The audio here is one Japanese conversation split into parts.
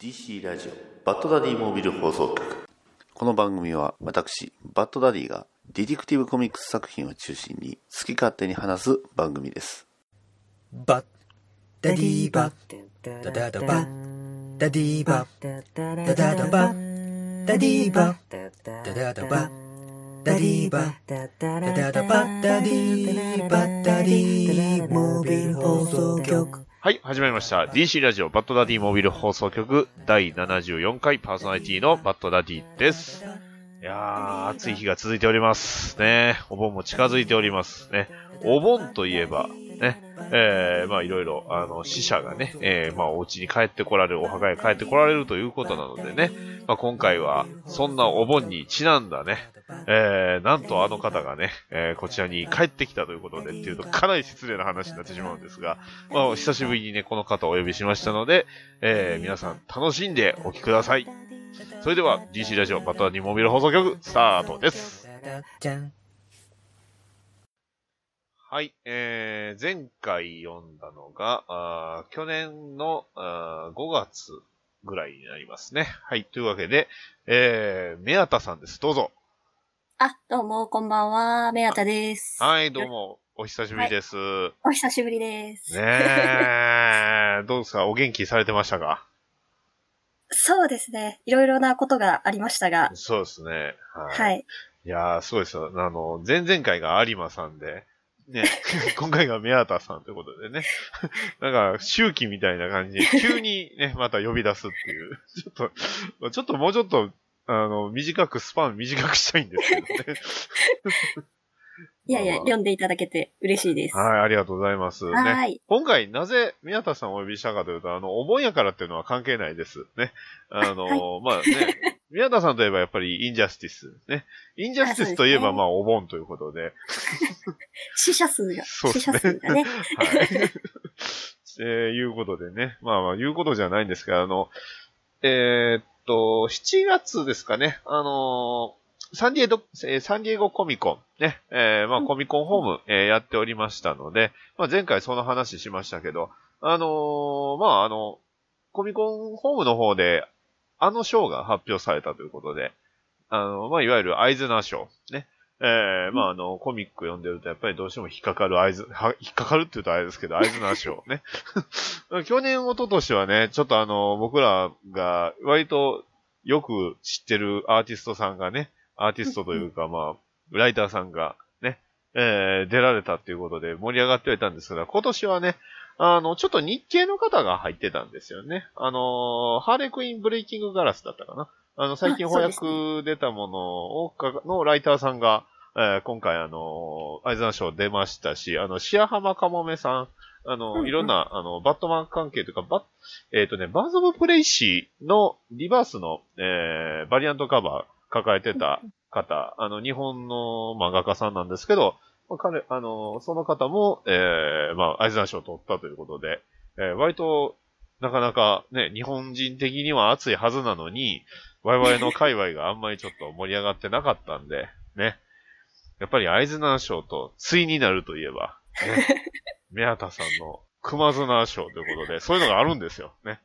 DC ラジオバッドダディモービル放送局この番組は私バッドダディがディティクティブコミックス作品を中心に好き勝手に話す番組ですバッダダデディィーババッダダダバダダデディィーババダダダダダダバダバダデディィーババダダダダダダババダダデディーィババダダダバダダダダバダディーバダデディバダディーィモーモービビルル放放送送局局はい、始まりました。DC ラジオバッドダディモービル放送局第74回パーソナリティのバッドダディです。いやー、暑い日が続いております。ね、お盆も近づいております。ね、お盆といえば、ね、えー、まあいろいろ、あの、死者がね、えー、まあお家に帰ってこられる、お墓へ帰ってこられるということなのでね、まあ今回は、そんなお盆にちなんだね、えー、なんとあの方がね、えーこちらに帰ってきたということでっていうとかなり失礼な話になってしまうんですが、まあ、お久しぶりにね、この方をお呼びしましたので、えー、皆さん楽しんでお聴きください。それでは、DC ラジオバトラニモビル放送局、スタートです。じゃんはい、えー、前回読んだのが、あー去年のあー5月ぐらいになりますね。はい、というわけで、えー、宮田さんです。どうぞ。あ、どうも、こんばんは、めあたです。はい、どうも、お久しぶりです。お久しぶりです。ねえ、どうですかお元気されてましたかそうですね。いろいろなことがありましたが、そうですね。。はいい。いやー、すごいですよ。あの、前々回が有馬さんで、 ね、今回が宮田さんということでね。 なんか、周期みたいな感 じで、急にね、また呼び出すっていう。ちょっとまあ、ちょっともうちょっと、あの、短く、スパン短くしたいんですけどね。 いやいや、まあまあ読んでいただけて嬉しいです。はい、ありがとうございます。はね、ーい。今回、なぜ宮田さんをお呼びしたかというと、あの、お盆やからっていうのは関係ないです。ね。あの、まあね、宮田さんといえばやっぱりインジャスティス。ね。インジャスティスといえば、あそうですねまあ、お盆ということで、死者数が、そうです死者ね数 がね。はい。えー、いうことでね。まあまあ、言うことじゃないんですが、あの、えーっと、7月ですかね。あのーサンディエゴ、えーサンディエゴコミコン、ね、えーまあ、コミコンホーム、えーやっておりましたので、まあ、前回その話しましたけど、あのーまあ、あの、コミコンホームの方で、あの賞が発表されたということで、あの、まあ、いわゆるアイズナー賞、ね、ええまあ、あの、コミック読んでると、やっぱりどうしても引っかかる合図、は引っかかるって言うとあれですけど、合図の足をね。 去年、一昨年はね、ちょっとあの、僕らが、割とよく知ってるアーティストさんがね、アーティストというか、まあ、ライターさんがね、えー出られたっていうことで盛り上がってはいたんですが、今年はね、あの、ちょっと日系の方が入ってたんですよね。あの、ハーレクインブレイキングガラスだったかな。あの、最近あそう翻ですね訳出たものを、かのライターさんが、えー今回、あの、アイザン賞出ましたし、あの、白浜かもめさん、あうんうの、んいろんな、あの、バットマン関係というか、バッ、えっ、とね、バーズ・オブ・プレイシーのリバースの、えーバリアントカバー抱えてた方、あの、日本の漫画家さんなんですけど、まあ彼、あの、その方も、えーまあ、アイザン賞を取ったということで、えー割と、なかなかね、日本人的には熱いはずなのに、我々の界隈があんまりちょっと盛り上がってなかったんで、ね。やっぱりアイズナー賞と、ついになるといえば、 ね。宮田さんの熊綱賞ということで、そういうのがあるんですよ。ね。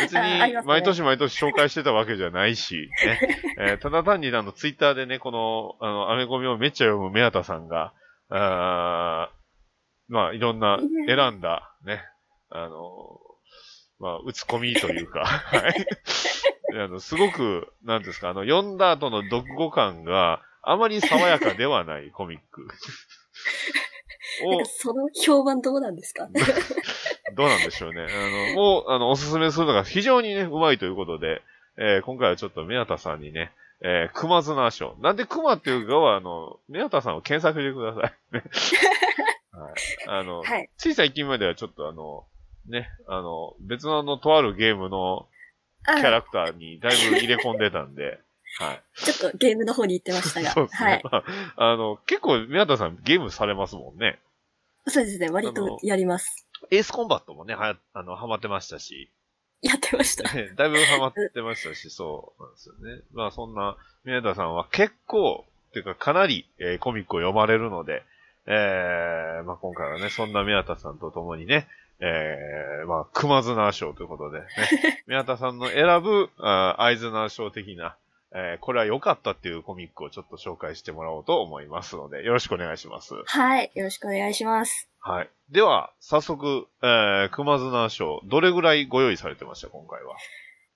別にああります、ね毎年毎年紹介してたわけじゃないし、ね。えーただ単にあの、ツイッターでね、この、あの、アメコミをめっちゃ読む宮田さんが、あーまあ、いろんな選んだ、ね、あの、まあ、打つ込みという か、はい。あの、すごく、なんですか、あの、読んだ後の読後感が、あまり爽やかではないコミッ ク。なんかその評判どうなんですかを、 どうなんでしょうね。あの、もう、あの、おすすめするのが非常にね、うまいということで、えー今回はちょっと宮田さんにね、えー、熊綱賞。なんで熊っていうかは、あの、宮田さんを検索してください。ねはい。 あの、はい。つい最近まではちょっとあの、ね、あの、別のあの、とあるゲームのあキャラクターにだいぶ入れ込んでたん で、はい。ちょっとゲームの方に行ってましたが。そうですはねい。。まああの、結構、宮田さんゲームされますもんね。そうですね。割とやります。エースコンバットもね、はや、あの、ハマってましたし、やってました。ねだいぶハマってましたし、そうなんですよね。まあ、そんな宮田さんは結構、っていうかかなり、えーコミックを読まれるので、えー、まあ今回はね、そんな宮田さんと共にね、えー、まあ、熊綱賞ということで、ね、宮田さんの選ぶ、あーアイズナー賞的な、えー、これは良かったっていうコミックをちょっと紹介してもらおうと思いますので、よろしくお願いします。はい。よろしくお願いします。はい。では、早速、えー、熊綱賞、どれぐらいご用意されてました、今回は。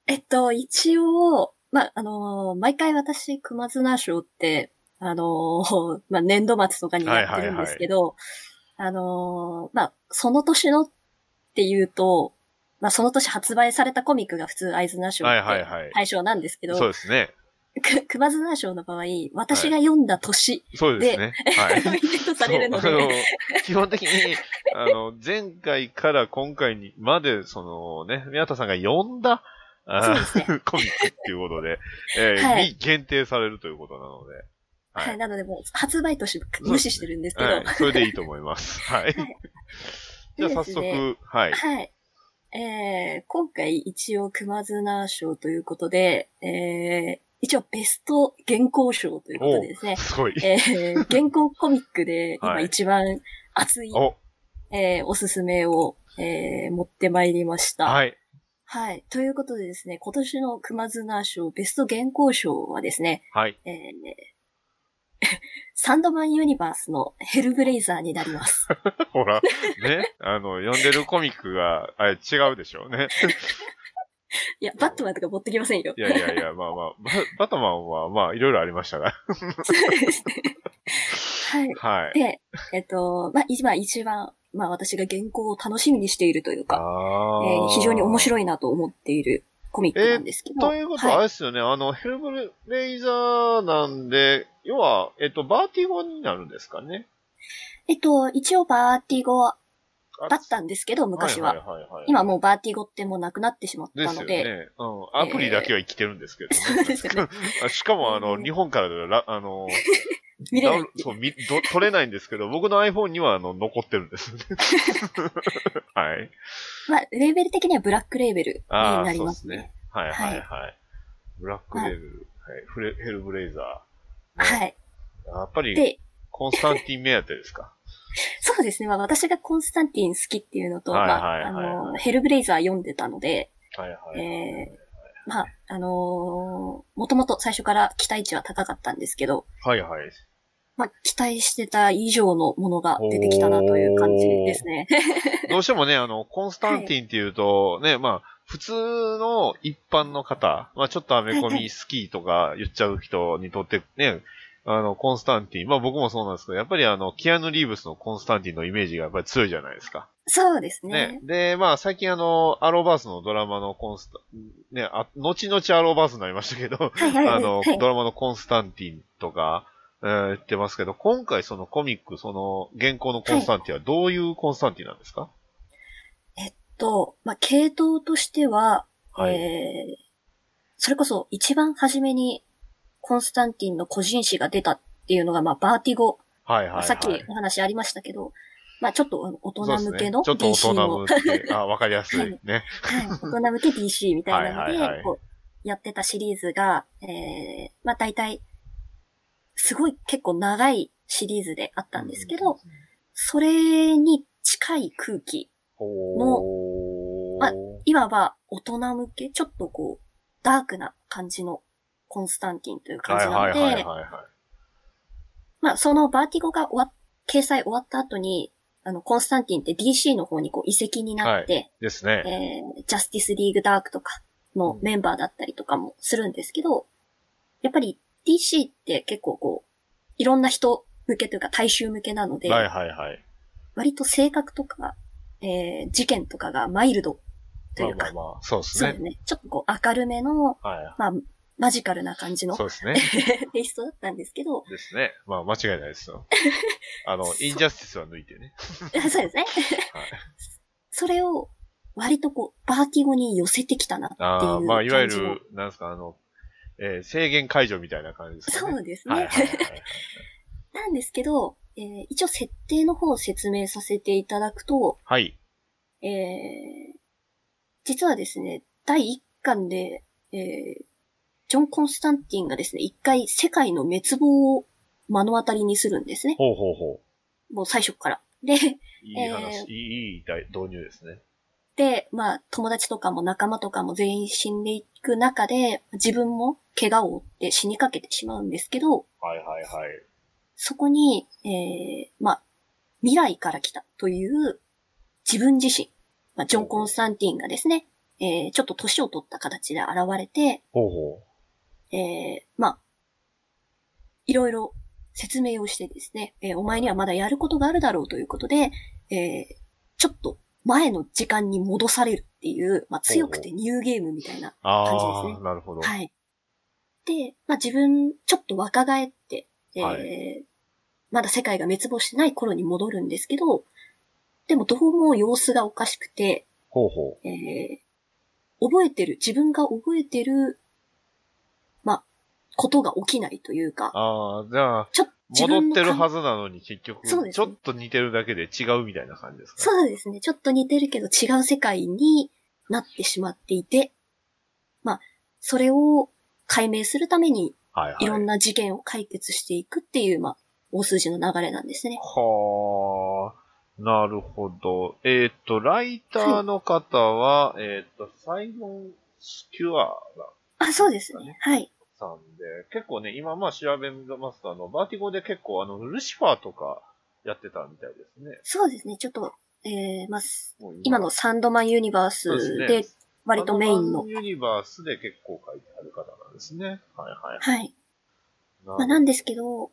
えっと、一応、まあ、あのー毎回私、熊綱賞って、あのー まあ、年度末とかにやってるんですけど、あのーまあ、その年のっていうと、まあ、その年発売されたコミックが普通アイズナ賞っはいはいてはい。対象なんですけど、そうですね。く 熊綱賞の場合、私が読んだ年、そうですね。はい。 イベントされるのそうあで、基本的に、あの、前回から今回にまで、そのね、宮田さんが呼んだ、そうあですね。コミックっていうことで、えーはいに限定されるということなので。はい、なのでもう発売年無視してるんですけど、はい、それでいいと思い ます。はい。じゃあ早でです速、はい。はい。えー、今回一応熊綱賞ということで、えー、一応ベスト原稿賞ということでですね、すごい。えー、原稿コミックでは今い一番熱い、お、えーおすすめを、えー持ってまいりました。はい。はい。ということでですね、今年の熊綱賞ベスト原稿賞はですね、はい。えー、 サンドマンユニバースのヘルブレイザーにな ります。ほら、ね、あの、呼んでるコミックが、あれ違うでしょうね。いや、バットマンとか持ってきませんよ。いやいやいや、まあまあ、ババタマンは、まあ、いろいろありましたが。 はい。はい。で、えっと、まあ、今一番、まあ私が原稿を楽しみにしているというか、えあー非常に面い。白いなと思っているコミックなんですけど。ということは、あれはい、ですよね、あの、ヘルブレイザーなんで、要は、えっと、バーティゴになるんですかね。えっと、一応バーティゴだあったんですけど、昔は。いはいはいはい、今もうバーティゴってもうなくなってしまっでたすのよで、ね。うん。アプリだけは生きてるんですけど、 そうですよね。あ しかも、あの、うん日本からではら、あの、 見れないダウンそう、み、ど、取れないんですけど、僕の iPhone には、あの、残ってるんです。 はい。まあ、レーベル的にはブラックレーベルにあなあ、そうりでますすね。ね。はいはいはい。ブラックレーベル、はい、フレヘルブレイザはい。ー。やっぱり、で、コンスタンティン目当てですか。そうですね。まあ私がコンスタンティン好きっていうのと、はいまはいあ、はあいはいの、ヘルブレイザー読んでたので、はいはい。えーまあ、あのーもともと最初から期待値は高かったんですけど、はいはい。まあ、期待してた以上のものが出てきたなという感じですね。どうしてもね、あの、コンスタンティンっていうと、ね、まあ、普通の一般の方、まあ、ちょっとアメコミ好きとか言っちゃう人にとってね、 あの、コンスタンティン、まあ僕もそうなんですけど、やっぱりあの、キアヌ・リーブスのコンスタンティンのイメージがやっぱり強いじゃないですか。 そうですねね。。で、まあ最近あの、アローバースのドラマのコンスタ、ね、あ、後々アローバースになりましたけど、はいはいはい。あのはい、ドラマのコンスタンティンとか、えー言ってますけど、今回そのコミック、その原稿のコンスタンティンはどういうコンスタンティンなんですかと、まあ、系統としては、はいえーそれこそ一番初めにコンスタンティンの個人誌が出たっていうのが、まあ、バーティゴ。はいはい、はい。さっきお話ありましたけど、まあ、ちょっとあの大人向けのそうです DC ね、ちのょっと大人向け。あ、わかりやすいね。 はい、大人向け DC みたいなはので、いはいはいこう、やってたシリーズが、えー、まあ大体、すごい結構長いシリーズであったんですけど、それに近い空気、ほーまあいわば大人向け、ちょっとこう、ダークな感じのコンスタンティンという感はじいなはいのはいはいで、はい。まあそのバーティゴが終わっ掲載終わった後に、あの、コンスタンティンって DC の方にこう移籍になって、ですね。えージャスティスリーグダークとかのメンバーだったりとかもするんですけど、やっぱり DC って結構こう、いろんな人向けというか大衆向けなので、はいはいはい。割と性格とか、えー事件とかがマイルドとまいあうまか、あまあ、そうですそうねです。ね。ちょっとこう明るめの、はまあ、マジカルな感じい。のそうですね。テイストだったんですけど、ですね。まあ間違いないです よ。あのそ、うインジャスティスは抜いてね。 そうですね。はいそれを割とこう、バーティゴに寄せてきたなっていう感じああ、の。まあいわゆる、なんですか、あの、えー制限解除みたいな感じですね。そうですね。はいはいはいなんですけど、えー一応設定の方を説明させていただくと、はい。えー実はですね、第1巻で、えージョン・コンスタンティンがですね、一回世界の滅亡を目の当たりにするんですね。ほうほうほもう最初から。で、いい話、えいい、いい大導入ですね。で、まあ、友達とかも仲間とかも全員死んでいく中で、自分も怪我を負って死にかけてしまうんですけど、はいはいはい。そこに、えーまあ、未来から来たという自分自身、まあ、ジョン・コンスタンティンがですね、えーちょっと年を取った形で現れて、ほうほえーまあ、いろいろ説明をしてですね、えーお前にはまだやることがあるだろうということで、えーちょっと前の時間に戻されるっていう、まあ、強くてニューゲームみたいなう。あ感あ、じですねなるほど。はい。で、まあ自分、ちょっと若返って、えーはまだ世界が滅亡してない頃に戻るんですけど、でもどうも様子がおかしくて、ほうほえー覚えてる、自分が覚えてる、まあ、ことが起きないというう。か、ああ、じゃあ、ちょっと自分戻のってるはず。ずなのに結局、そうですちょっと似てるだけで違うみたいな感じですかそうですね。ちょっと似てるけど違う世界になってしまっていて、まあ、それを解明するためにはいはい。いろんな事件を解決していくっていう、まあ、大筋の流れなんですね。はあ、なるほど。えっ、と、ライターの方は、えっ、と、サイモン・スキュアあ、そうですね。はい。さんで、結構ね、今まあ調べますと、あの、バーティゴで結構、あの、ルシファーとかやってたみたいですね。そうですね。ちょっと、えー、まあ、すもう今のサンドマンユニバーそうスでですね割とメインの。サンドマンユニバースで結構書いてある方なんですね。はいはい。はい。ままあ、なんですけど、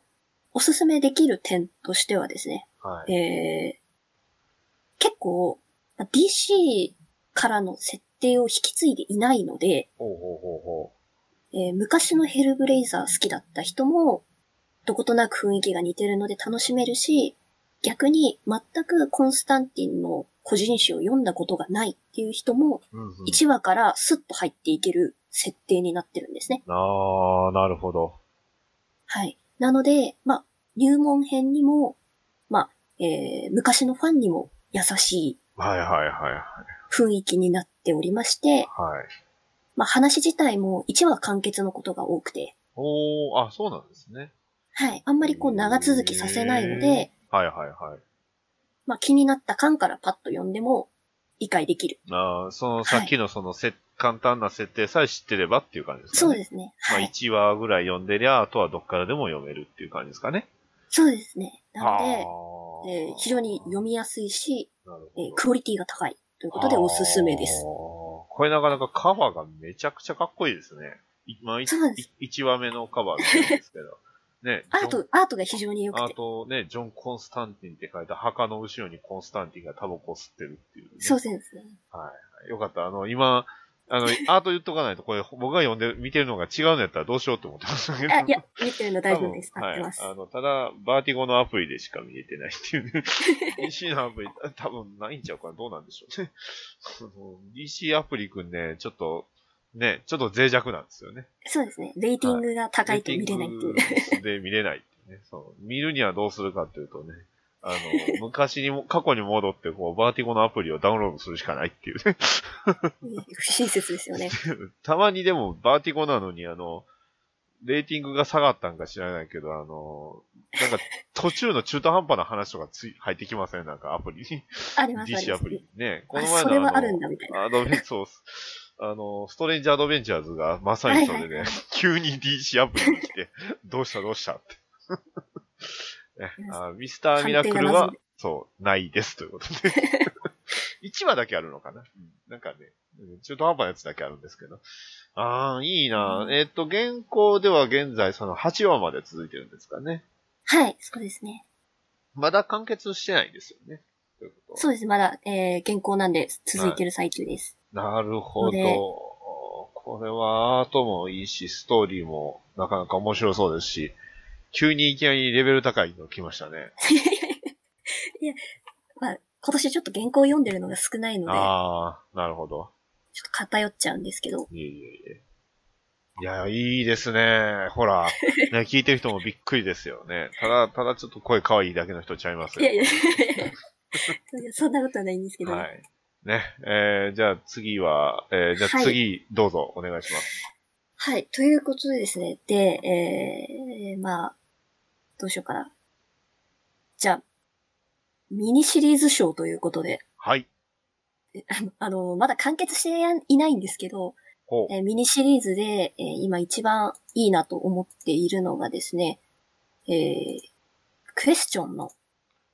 おすすめできる点としてはですね、はい。えー、結構、まあ DC からの設定を引き継いでいないので、ほうほうほうほえー昔のヘルブレイザー好きだった人も、どことなく雰囲気が似てるので楽しめるし、逆に全くコンスタンティンの個人誌を読んだことがないっていう人も、う。うんうん、 1話からスッと入っていける設定になってるんですね。ああ、なるほど。はい。なので、まあ、入門編にも、まあ、えー昔のファンにも優しいはいはいはいはい。雰囲気になっておりましはて、い。まあ、話自体も1話完結のことが多くて、おー、あ、そうなんですね。はい。あんまりこう長続きさせないので、はいはいはい。まあ、気になった感からパッと読んでも理解できる。あーそのいさっきのそのせ、簡単な設定さえ知ってればっていう感じですかね。。そうですすね。まあはい。 1話ぐらい読んでりゃ、あとはどっからでも読めるっていう感じですかね。そうですね。なのので、えー非常に読みやすいし、なるえほーどクオリティが高いということでおすすめあでーす。これなかなかカバーがめちゃくちゃかっこいいですね。いまあ、いそうですい一話目のカバーなんですけど。 ね、アート、アートが非常に良くあて。とね、ジョン・コンスタンティンって書いた墓の後ろにコンスタンティンがタバコを吸ってるっていうね、そうですね。はい。よかった。あの、今、あの、アート言っとかないと、これ、僕が読んで、見てるのが違うんやったらどうしようって思ってましたけど。あ、いや、見てるの大丈夫です。多分合ってます。はい。あの、ただ、バーティゴのアプリでしか見れてないっていう ね。DC のアプリ、多分ないんちゃうかな。どうなんでしょうね。その DC アプリくんね、ちょっと、ね、ちょっと脆弱なんですよね。そうですね。レーティングが高いと見れないっていう。う。で、見れないっていうね。 そう。見るにはどうするかっていうとね、あの、昔にも、過去に戻って、こう、バーティゴのアプリをダウンロードするしかないっていうね。 不親切ですよね。たまにでも、バーティゴなのに、あの、レーティングが下がったんか知らないけど、あの、なん か、途中の中途半端な話とかつい入ってきません、なんかアプリに。 あります、あり DC まアすプ。リにね。こあの前それのはああるんの、だみたいな。アドベンそうあの、ストレンジアドベンチャーズがまさにそれで、急に DC アプリに来て、どうしたどうした って。ね、あミスターミラクル判定がは謎、そう、ないですということで。1話だけあるのかな、うんなんかね、うん中途半端なやつだけあるんですけど。ああ、いいな、うえっ、と、現行では現在、その8話まで続いてるんですかね。はい、そうですね。まだ完結してないですよね。ということはそうです。まだ、えー、健康なんで続いてる最中です。なるほのでど。これはアートもいいし、ストーリーもなかなか面白そうですし、急にいきなりレベル高いの来ましたね。まあ、今年ちょっと原稿読んでるのが少ないので、ああ、なるほど。ちょっと偏っちゃうんです けど、いえいえいえ。いや、いいですね。ほ ら、ね、聞いてる人もびっくりですよね。ただ、ただちょっと声可愛いだけの人ちゃいますいやいよ。や、 そんなことはないんですけど、ははい、い。ね、えー、じゃあ次は、えー、じゃあ次、どうぞ、お願いします。ということでですね、で、えー、まあ、どうしようかな。じゃあ、ミニシリーズ賞ということで、はい。あの、まだ完結してやんいないんですけど、ほう。えーミニシリーズで、えー今一番いいなと思っているのがですね、えークエスチョンの、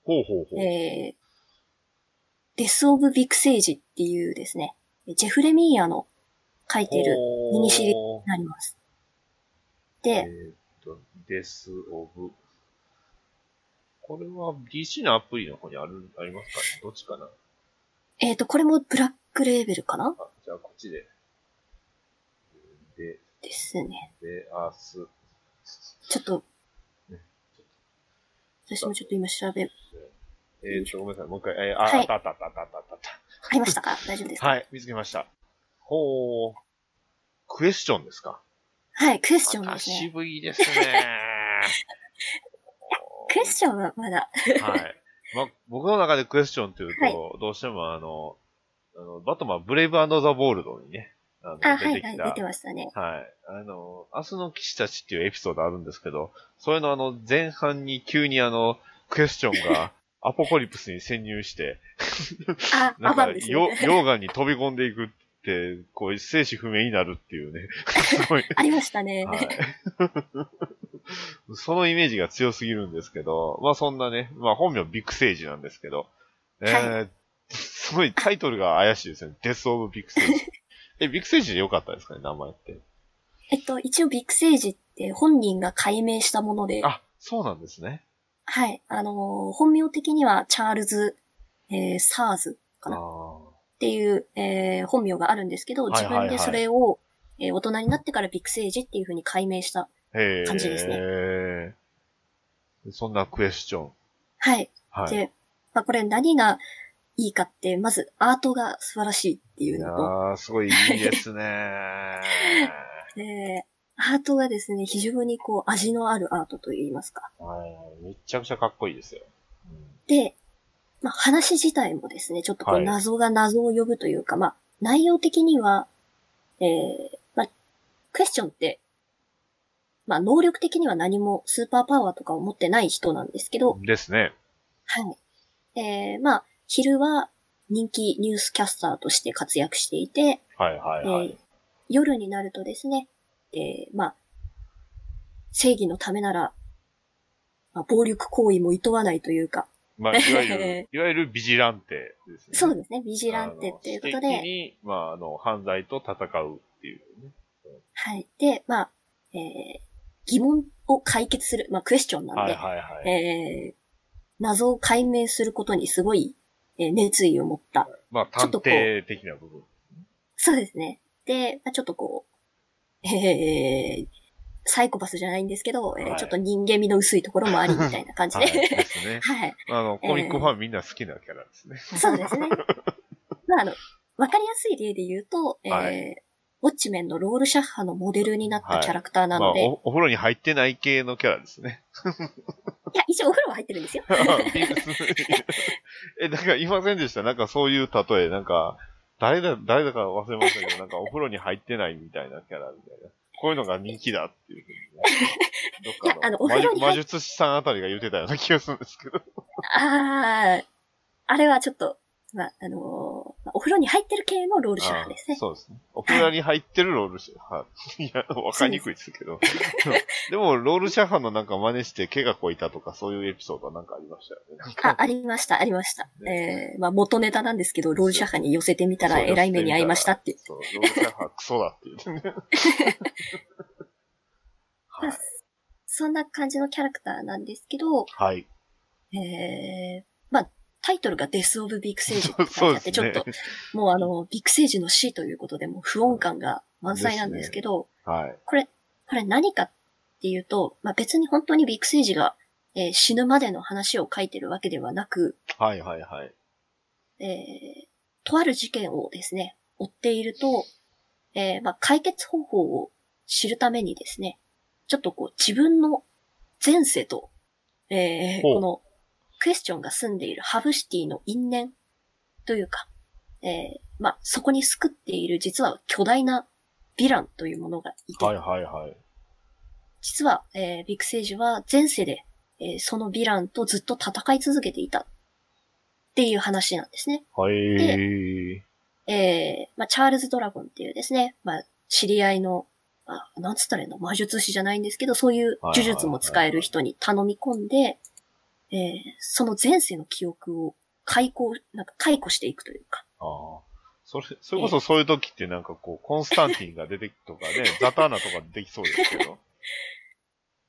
ほうほうほう。えーデス・オブ・ビクセージっていうですね、ジェフレミーヤの書いてるミニシリーズほになります。うで、えーと、デス・オブ。これは DC のアプリの方にある、ありますかねどっちかなえっ、と、これもブラックレーベルかなあ、じゃあこっちで。で、ですね。で、アース。ちょっと、私もちょっと今調べ、えー、ちょ、ごめんなさい。もう一回。えー、あ、はいあったあったあったあったあったあっありましたか大丈夫ですた。かはい、見つけました。ほう。クエスチョンですかはい、クエスチョンまたですね。渋いですね。クエスチョンはまだ、はい。ま、僕の中でクエスチョンというと、はいどうしてもあの、あの、バットマン、ブレイブザ・ボールドにね、あの、あ、はい、出てはい、き出たて、ましたね。はい。あの、明日の騎士たちっていうエピソードあるんですけど、それのあの、前半に急にあの、クエスチョン が、アポコリプスに潜入して、あ、なアんか、バンですよね。溶岩に飛び込んでいくって、こう、生死不明になるっていう ね、すごい、 ありましたね。はい。 そのイメージが強すぎるんですけど、まあそんなね、まあ本名ビッグセージなんですけど、えーすごいタイトルが怪しいですね。デス・オブ・ビッグセージ。え、ビッグセージで良かったですかね、名前って。えっと、一応ビッグセージって本人が解明したもので、あ、そうなんですね。はい、あのー本名的にはチャールズ、えー、サーズあかなっーていう、えー本名があるんですけど、はい自はいはい分でそれを、えー大人になってからビッグセージっていう風に解明した。へ感じですえ。そんなクエスチョン。はい。はい。で、まあ、これ何がいいかって、まずアートが素晴らしいっていいうやのと、ー、すごいいいですね。 でアートがですね、非常にこう味のあるアートといいますか。はいめっちゃくちゃかっこいいですよ。うんで、まあ、話自体もですね、ちょっとこはうい謎が謎を呼ぶというか、まあ、内容的には、えー、まあ、クエスチョンって、まあ、能力的には何もスーパーパワーとかを持ってない人なんですけど、ですね。はい。えー、まあ、昼は人気ニュースキャスターとして活躍していて、はいはいはい。えー夜になるとですね、えーまあ、正義のためなら、まあ、暴力行為も厭わないというか、まあ、いわゆ る、いわゆるビジランテですね。そうでですね、ビジランテっていうこと的で、に、まあ、あの、犯罪と戦うっていうね。はい。で、まあ、えー疑問を解決する、まあ、クエスチョンなんはで、いはいはい。えー謎を解明することにすごい、えー熱意を持った。まあ、探偵的な部 分。そうですね。で、まあ、ちょっとこう、えーサイコパスじゃないんですけど、えーはいちょっと人間味の薄いところもありみたいな感じはで、い。ですね。 はい。あの、コミックファンみんな好きなキャラですね。そうですね。まあ、あの、わかりやすい例で言うと、はえー、ウォッチメンのロールシャッハのモデルになったキャラクターまなあので、いお、お風呂に入ってない系のキャラですね。や、一応お風呂は入ってるん ですよ。え、なんかいませんでしたなんかそういう例え、なんか、誰だ、誰だか忘れましたけど、なんかお風呂に入ってないみたいなキャラみたいな。こういうのが人気だっていうふうにね、どっいやあかののお風魔呂術に入っ魔術師さんあたりが言ってたような気がするんですけど。あー、あれはちょっと、まあ、あのーまあお風呂に入ってる系のロールシャッハですねあ。そうですね。お風呂に入ってるロールシャッハ。いや、わかりにくいですけ ど。でも、ロールシャッハのなんか真似して毛がこいたとか、そういうエピソードはなんかありましたよね。なんかあ、ありました、ありました。えー、まあ、元ネタなんですけど、ロールシャッハに寄せてみたら、そうえらい目に遭いましたっていう。そう、ロールシャッハクソだっていうね。はい。そんな感じのキャラクターなんですけど、はい。えー、まあ、タイトルがデス・オブ・ビッグ・セージ って書そいうてあですって、ね。ちょっと、もうあの、ビッグセージの死ということで、もう不穏感が満載なんですけど、はい。これ、これ何かっていうと、まあ、別に本当にビッグセージが、えー死ぬまでの話を書いてるわけではなく、はいはいはい。えーとある事件をですね、追っていると、えーまあ、解決方法を知るためにですね、ちょっとこう自分の前世と、えーほうこのクエスチョンが住んでいるハブシティの因縁というか、えーまあ、そこに救っている実は巨大なヴィランというものがいて、はいはいはい。実は、えービッグセージは前世で、えーそのヴィランとずっと戦い続けていたっっていう話なんですね。はい。えー、まあ、チャールズ・ドラゴンっていうですね、まあ、知り合いの、まあ、なんつったらいいの魔術師じゃないんですけど、そういう呪術も使える人に頼み込んで、えー、その前世の記憶を解雇、なんか解雇していくというか。ああ。それ、それこそそういう時ってなんかこう、コンスタンティンが出てきとか ね、ザターナとか出てきそうですけど。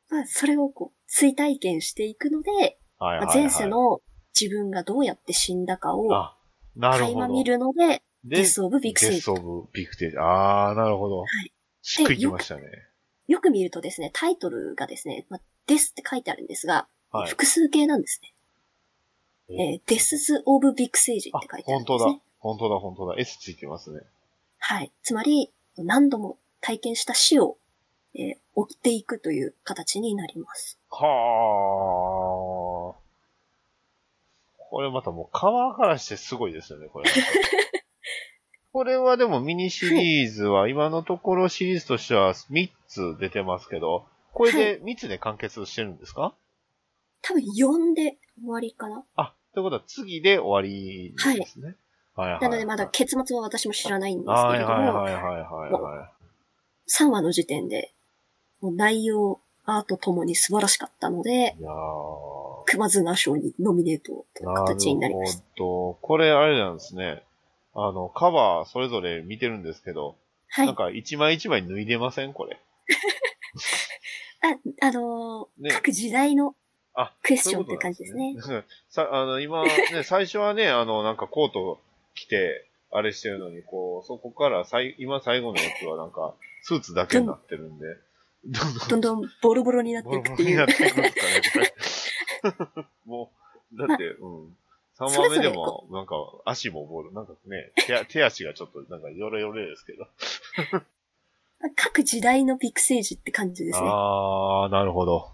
まあ、それをこう、追体験していくので、はいはい、まはあ、い。前世の自分がどうやって死んだかをあ、なる垣ほ間ど。見るので、で、デス・オブ・ビクセイデスオブビクテージ。ああ、なるほど。いしっくりきましたね。よく見るとですね、タイトルがですね、まあ、デスって書いてあるんですが、はい。複数形なんですね。えー、デスズ・オブ・ビクセージあって書い、てある本んで当すだね。。本当だ、本当だ。S ついてますね。はい。つまり、何度も体験した死を、えー追っていくという形になります。はあ。これまたもうカバーからしてすごいですよね、こ れ。これはでもミニシリーズは今のところシリーズとしては3つ出てますけど、これで3つで完結してるんですか、多分4で終わりかな。あ、ということは次で終わりですね。はい、はい、なのでまだ結末は私も知らないんですけはれいどはいも、はいはいはいは3話の時点で、もう内容、アートともに素晴らしかったので、い。いやー。熊綱賞にノミネートという形になりました。るほど。これあれなんですね。あの、カバーそれぞれ見てるんですけど、はいなん。か一枚一枚脱いでませんこれ。あ、あのーね各時代のあクエスチョンという感じですね。そういうことなんですね。 さあの今、ね、最初はね、あの、なんかコート着て、あれしてるのに、こう、そこからさい、今最後のやつはなんか、スーツだけになってるんで、どんどんどんボロボロになってボロいボロくってにいなっ。うてくるんですかね、これもう、だって、うん。3そ番れぞ目れでも、なんか、足もボール、なんかね、手手足がちょっと、なんか、ヨレヨレですけど。各時代のビクセージって感じですね。はあー、なるほど。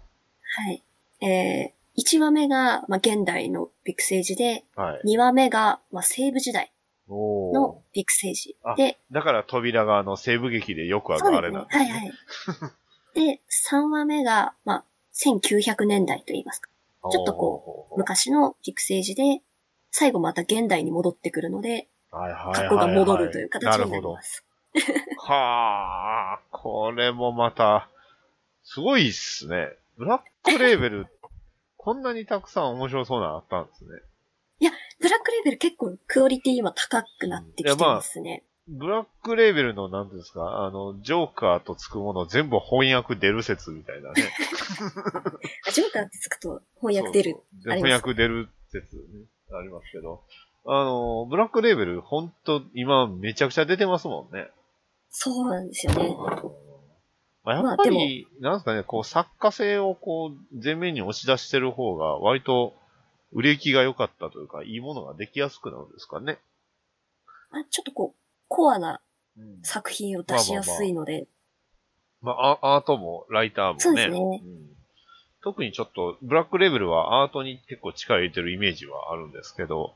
い。えー、1話目が、まあ、現代のビクセージで、はい。 2話目が、まあ、西部時代おーのビクセージあ。で、だから扉が、あの、西部劇でよくあそうるであすれね。なんはですいは い。で、3話目が、まあ、1900年代と言いますか、ちょっとこおー昔のビクセージで、最後また現代に戻ってくるので、はいはいはいはい過去が戻るという形になります。なるほど。はあ、これもまた、すごいっすね。ブラックレーベル、こんなにたくさん面白そうなのあったんですね。ブラックレーベル結構クオリティ今高くなってきてますね。ブラックレーベルの、なんていうんですか、あの、ジョーカーとつくもの全部翻訳出る説みたいなね。あジョーカーってつくと 翻訳出る。そうそうありま翻す訳出る説、ね、ありますけど。あの、ブラックレーベル、ほんと、今、めちゃくちゃ出てますもんね。そうなんですよね。まあ、やっぱり、なんですかね、こう、作家性をこう、前面に押し出してる方が、割と、売れ行きが良かったというか、いいものができやすくなるんですかね。あちょっとこう、コアなうん作品を出しやすいので、まあ、アアートもライターもね。そうですねん特にちょっと、ブラックレーベルはアートに結構力入れてるイメージはあるんですけど、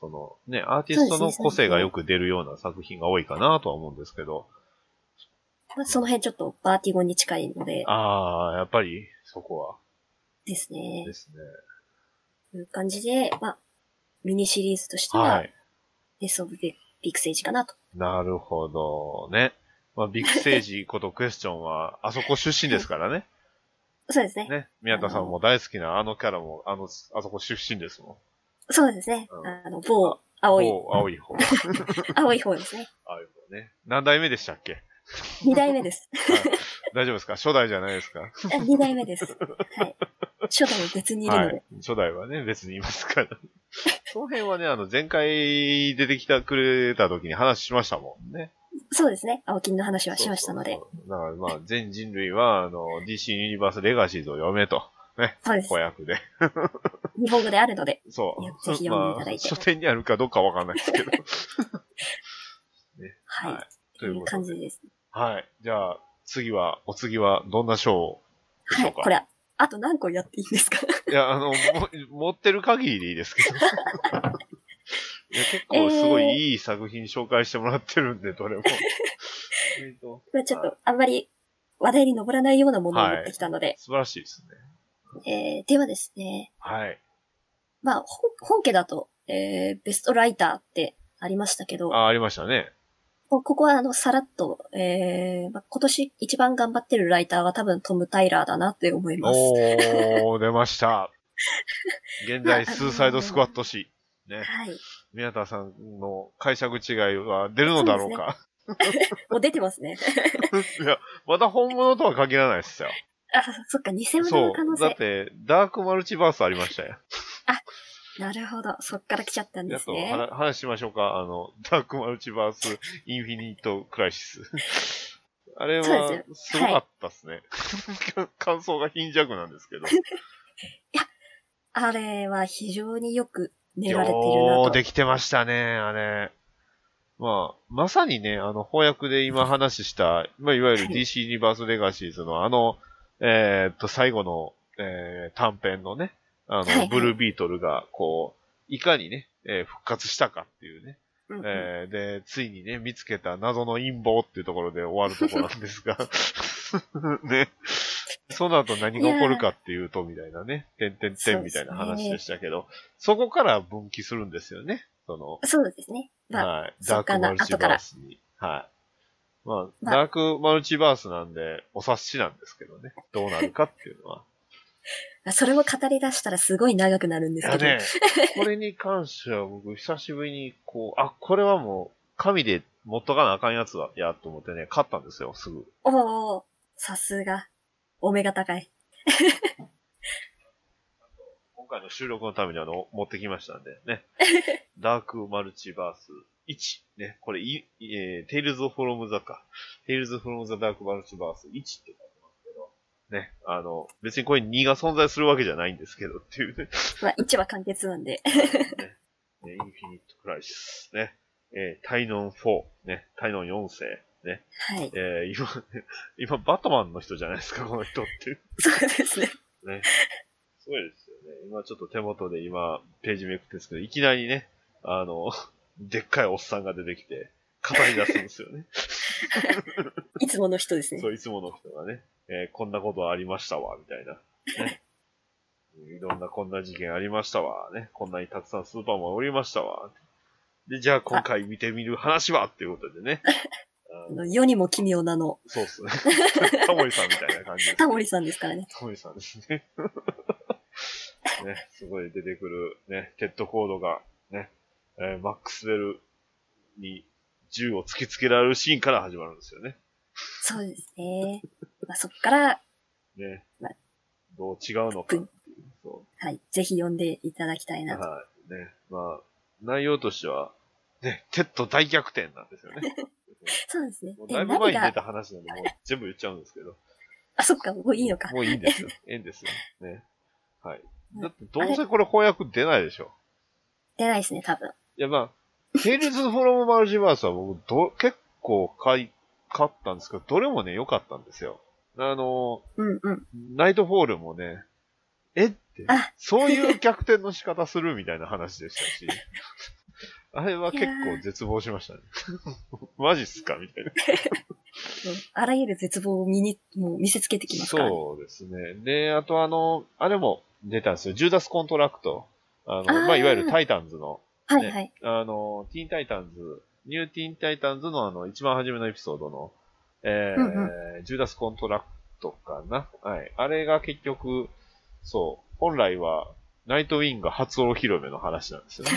そのね、アーティストの個性がよく出るような作品が多いかなとは思うんですけど、まあその辺ちょっとバーティゴに近いのでああ、やっぱりそこはですねで。すね。という感じで、まあ、ミニシリーズとしてはは、い。デス・オブ・ビクセージかなと。なるほどね。まあ、ビクセージことクエスチョン は、あそこ出身ですからね。そうですね。ね。宮田さんも大好きなあのキャラも、あの、あそこ出身ですもん。そうですねうん。あの、某、青い、某青い方。青い方ですね。青い方ね。何代目でしたっけ二代 目です。大丈夫ですか初代じゃないですかあ二代目です。はい。初代は別にいるのはで。い。初代はね、別にいますから。その辺はね、あの、前回出てきてくれた時に話しましたもんね。そうですね。青金の話はしましたので。そうそうそう。だからまあ、全人類は、あの、DC ユニバースレガシーズを読めと。そうです子。役で。日本語であるので。そういや。ぜひ読んでいただいてまあ書店にあるかどうかわかんない ですけど。はい。はいとといいううことで感じです。はい。じゃあ、次は、お次は、どんな賞でしょはうい。か、これ、あと何個やっていいんですか いや、あの、も持ってる限りですけど。いや結構すごいいい作品紹介してもらってるんで、どれも。えーとまあちょっと、あんまり話題に上らないようなものを持ってきたので。素晴らしいですね。えー、ではですね、はい。まあ、本本家だと、えー、ベストライターってありましたけど、あ、ありましたね。ここはあの、さらっと、えーまあ、今年一番頑張ってるライターは多分トム・タイラーだなって思います。おー、出ました。現まああの在、スーサイドスクワット氏。ね。はい。宮田さんの解釈違いは出るのだろうか。もう出てますね。 いや、また本物とは限らないですよ。あ、そっか、偽物その可能う。だっ性。て、ダークマルチバースありましたよ。なるほど。そっから来ちゃったんであすと、ね。は話しましょうか。あの、ダークマルチバース、インフィニット・クライシス。 あれそうはで、すごかったっすね。 感想が貧弱なんですけど。あれは非常によく練られてるなよう。とできてましたね、あれ。まあ、まさにね、あの、翻訳で今話した、まあ、いわゆるはい DC ユニバースレガシーズのあの、えーっと、最後の、えー短編のね、あはいはの、いブルービートルが、こう、いかにね、えー復活したかっていうね、 うんうんえーで、ついにね、見つけた謎の陰謀っていうところで終わるところなんですが、 ね、その後何が起こるかっていうと、みたいなね、点点点みたいな話でしたけど、そこから分岐するんですよね、その、そうですね。まあ、はい、そダーっかクマなルチバースに。はい。まあ、まあダークマルチバースなんで、お察しなんですけどね、どうなるかっていうのは。それを語り出したらすごい長くなるんでいすやけど。ね、これに関しては僕、久しぶりに、こう、あ、これはもう、神で持っとかなあかんやつだ、や、と思ってね、買ったんですよ、すぐ。おおさすが。お目が高い。今回の収録のためにあの、持ってきましたんでね。ダークマルチバース1。ね、これ、いえー、Tales from the か。Tales from the Dark Multiverse 1って書いてますけど、ね、あの、別にこれ2が存在するわけじゃないんですけどっていうね。まあ、1話完結なんで。ね、インフィニットクライシス、ね、えー、タイノン4、ね、タイノン4世、ね、はい。えー、今、 今、バットマンの人じゃないですか、この人っていう。そうですね。ね。すごいですよね。今ちょっと手元で今、ページめくってるんですけど、いきなりね、あの、 でっかいおっさんが出てきて、語り出すんです よね。いつもの人ですねそ。う、いつもの人がね、えーこんなことありましたわ、みたいな。ね。 いろんなこんな事件ありましたわ、ね。こんなにたくさんスーパーマンおりましたわ。で、じゃあ今回見てみる話はっていうことで ね。ああのの世にも奇妙なの、そうっすね。タモリさんみたいな感じですタモリさんですからね。タモリさんですね。ね、すごい出てくる、ね、テッドコードが、ね、えーマックスウェルに銃を突きつけられるシーンから始まるんですよね。そうですね。まあ、そっから、ねはい。どう違うのかっていう。そ。はい、ぜひ読んでいただきたいうなと。はい。ね。まあ、内容としては、ね、テッド大逆転なんですよ ね。そうですねも。うだで、いぶ前何に出が、た話なんで、もう全部言っちゃうんですけど。あ、そっか、もういいのか。もういいんですよ。ええんですよ。ね。はい。だって、どあうれせこれ翻訳出ないでしょ。出ないですね、多分。いや、まあ、テイルズ・フォロム・マルチバースは僕ど、結構買い、買ったんですけど、どれもね、良かったんですよ。あの、うんうん。ナイト・フォールもね、えってあ、そういう逆転の仕方するみたいな話でした し、あれは結構絶望しましたね。マジっすかみたいな。うんあらゆる絶望を見に、もう見せつけてきますから、ね。そうですね。で、あとあの、あれも出たんですよ。ジューダス・コントラクト。あの、まあ、あーいわゆるタイタンズのはいねはい。あの、ティーンタイタンズ、ニューティーンタイタンズのあの、一番初めのエピソードの、えーうんジューダスコントラクトかな。はい。あれが結局、そう、本来は、ナイトウィンが初お披露目の話なんですよね。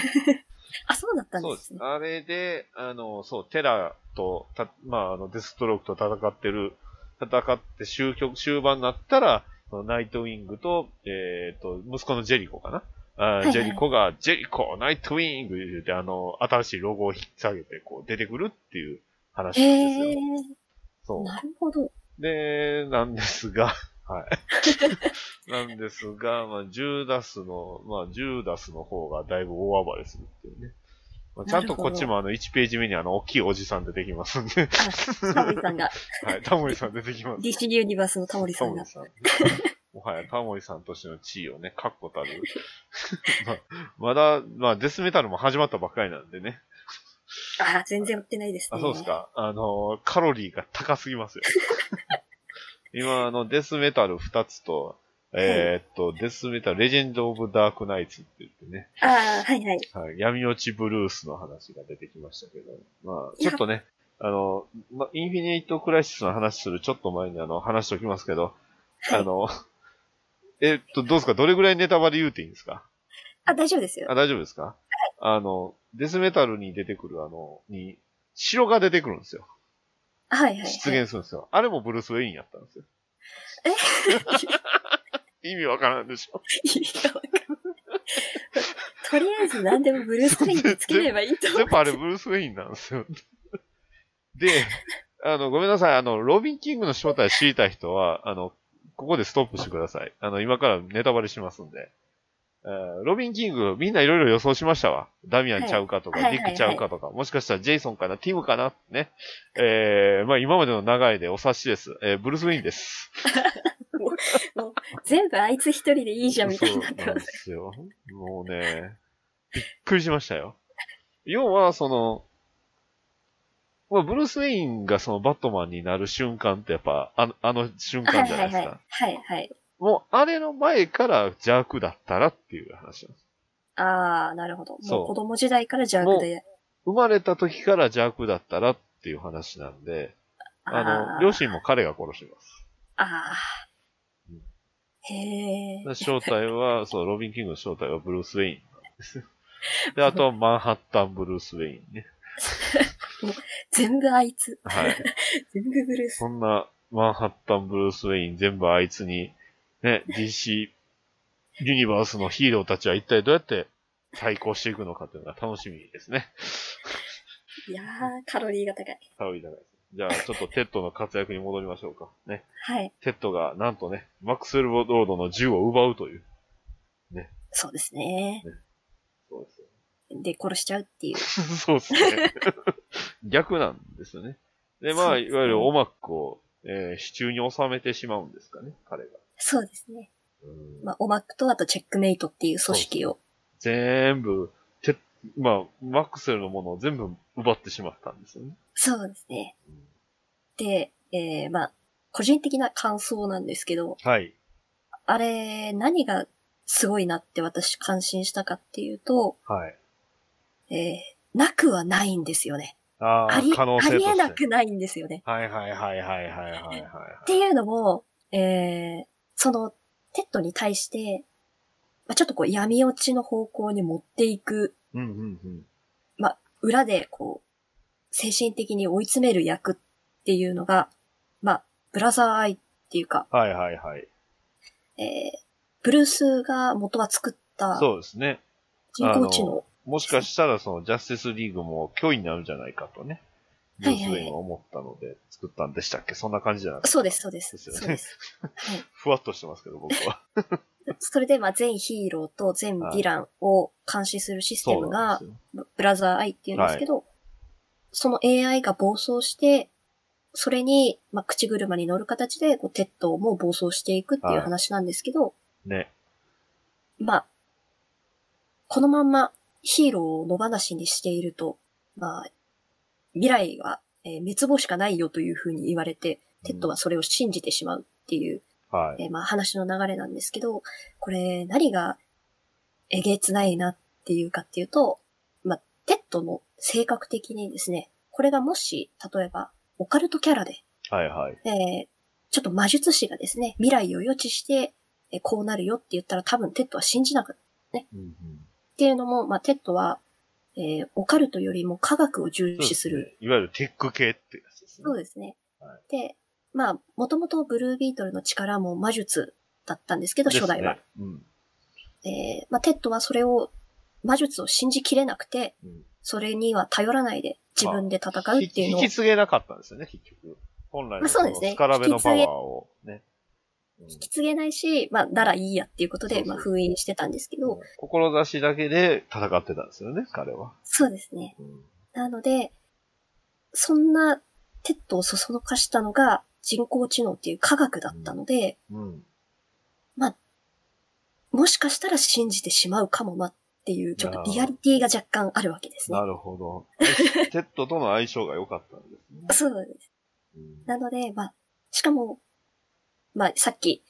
あ、そうだったんそうでですすね。。あれで、あの、そう、テラと、たまあ、あの、デストロークと戦ってる、戦って終局、終盤になったら、そのナイトウィングと、えっ、と、息子のジェリコかな。あいーはいジェリコが、ジェリコ、ナイトウィング言うて、あの、新しいロゴを引き下げて、こう、出てくるっていう話へなんえですよ。ー、そなるほど。う。で、なんですが、はい。 なんですが、まあ、ジューダスの、まあ、ジューダスの方がだいぶ大暴れするっていうね。まあ、ちゃんとこっちもあの、1ページ目にあの、大きいおじさん出てきますんで、タモリさんが、 はい、タモリさん出てきます。 DC ユニバースのタモリさタんモがリ。さん。もはやタモリさんとしての地位をね、確固たる。 まあまだ、まあ、デスメタルも始まったばっかりなんでね。あ、全然売ってないですね。あ、そうです。か。あの、カロリーが高すぎますよ。今、あの、デスメタル2つと、えーっと、デスメタ、レジェンド・オブ・ダーク・ナイツって言ってね、ああ、はいはい。はい、闇落ちブルースの話が出てきましたけど、まあ、ちょっとね、あの、ま、インフィニット・クライシスの話するちょっと前にあの、話しておきますけど、あはい。の、えーっと、どうですかどれぐらいネタバレ言うていいんですかあ、大丈夫ですよ。あ、大丈夫ですかあの、デスメタルに出てくるあの、に、城が出てくるんですよ。はいはい。出現するんですよ。あれもブルース・ウェインやったんですよ。 意味わからんでしょ意味がわかんない とりあえず何でもブルース・クリーンにつければいいと思全う。部あれブルース・ウェインなんですよ。で、あの、ごめんなさい。あの、ロビン・キングの正体を知りたい人は、あの、ここでストップしてください。あの、今からネタバレしますんで。えーロビン・キング、みんないろいろ予想しましたわ。ダミアンちゃうかとか、はいはいディはいックちゃうかとか、もしかしたらジェイソンかな、ティムかな、ね。えー、まあ今までの流れでお察しです。えー、ブルース・ウェインです。全部あいつ一人でいいじゃんみたいになっそてうなんま。ですすよ。もうね、びっくりしましたよ。要は、その、まあ、ブルース・ウェインがそのバットマンになる瞬間ってやっぱ、あのあの瞬は間いじゃはないいですか。はい。はいはい。もう、あれの前から邪悪だったらっていう話なんです。ああ、なるほど。そもうう子供時代から邪悪で。生まれた時から邪悪だったらっていう話なんで、あの、ー両親も彼が殺します。ああうん。へえ。で正体は、そう、ロビン・キングの正体はブルース・ウェインなんです。で、あとはマンハッタン・ブルース・ウェインね。全部あいつ。はい。全部ブルースそ。んな、マンハッタン・ブルース・ウェイン全部あいつに、ね、DC、ユニバースのヒーローたちは一体どうやって対抗していくのかというのが楽しみですね。いやー、カロリーが高い。騒いじゃないです。じゃあ、ちょっとテッドの活躍に戻りましょうか。ね。はい。テッドが、なんとね、マックスウェルロードの銃を奪うという。そうですね。そうですよ。で、殺しちゃうっていう。そうですね。逆なんですよね。で、まそあ、ういですねわゆるオマックを、えー、支柱に収めてしまうんですかね、彼が。そうですね。うんまあ、オマックとあとチェックメイトっていう組織を。全部、て、まあ、マックセルのものを全部奪ってしまったんですよね。そうですね。で、えー、まあ、個人的な感想なんですけど、はい。あれ、何がすごいなって私感心したかっていうと、はい。えー、なくはないんですよね。あああり、、可能性あとりえしなて。くないんですよね。はいはいはいはいはいはいはい。っていうのも、えー、その、テッドに対して、まあ、ちょっとこう闇落ちの方向に持っていく、うんうんうん。まあ、裏でこう、精神的に追い詰める役っていうのが、まあ、ブラザーアイっていうか、はいはいはい。えー、ブルースが元は作ったそうですね。人工知あ能。もしかしたらそのジャスティスリーグも脅威になるんじゃないかとね。ブはルいーはス・いウェインは思ったので作ったんでしたっけそんな感じじゃなくて。そうです、そうです。ですそよねうです。はい。ふわっとしてますけど、僕 は。それで、まあ、全ヒーローと全ディランを監視するシステそムうがなんで、すよ。ブブラザーアイって言うんですけど、その AI が暴走して、それに、まあ、口車に乗る形で、こう、テッドも暴走していくっていはうい話なんですけど、ね。まあ、このまんまヒーローを野放しにしていると、まあ、未来は、えー滅亡しかないよというふうに言われて、テッドはそれを信じてしまうっていう、はい。えーまあ話の流れなんですけど、これ何がえげつないなっていうかっていうと、まあ、テッドの性格的にですね、これがもし、例えば、オカルトキャラで、はいはい。えーちょっと魔術師がですね、未来を予知して、えーこうなるよって言ったら多分テッドは信じなくうんうんっていうのも、まあ、テッドは、えーオカルトよりも科学を重視する。いわゆるテック系ってやつですねそう。ですね。はで、まあ、もともとブルービートルの力も魔術だったんですけど、初代は。ですね。うん。えーまあ、テッドはそれを、魔術を信じきれなくて、うんそれには頼らないで自分で戦うっていうのを引き、継げなかったんですよね、結局。本来まのあそうですねスカラベのパワーをね。うん引き継げないし、まあ、ならいいやっていうこそとうで、そうまあ、封印してたんですけど、志だけで戦ってたんですよね、彼は。そうですね。うんなので、そんなテッドをそそのかしたのが人工知能っていう科学だったので、うん。もしかしたら信じてしまうかもなっていう、ちょっといやーリアリティが若干あるわけですねな。るほ ど。テッドとの相性が良かったんですね。そうです。うんなので、まあ、しかも、まあ、さっき、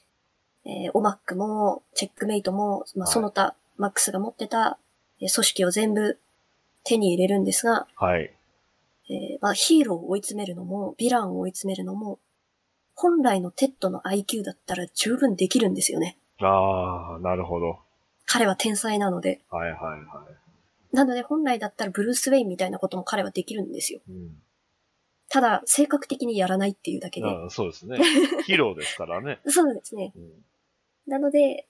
えーオマックも、チェックメイトも、まあ、はいその他、マックスが持ってた、えー組織を全部手に入れるんですが、はい。えーまあ、ヒーローを追い詰めるのも、ヴィランを追い詰めるのも、本来のテッドの IQ だったら十分できるんですよね。ああ、なるほど。彼は天才なので。はいはいはなので本来だったらブルース・ウェインみたいなことも彼はできるんですよ。い。うん。ただ、性格的にやらないっていうだけで。あーそうです ね。ヒーローですからね。そうですね。うんなので、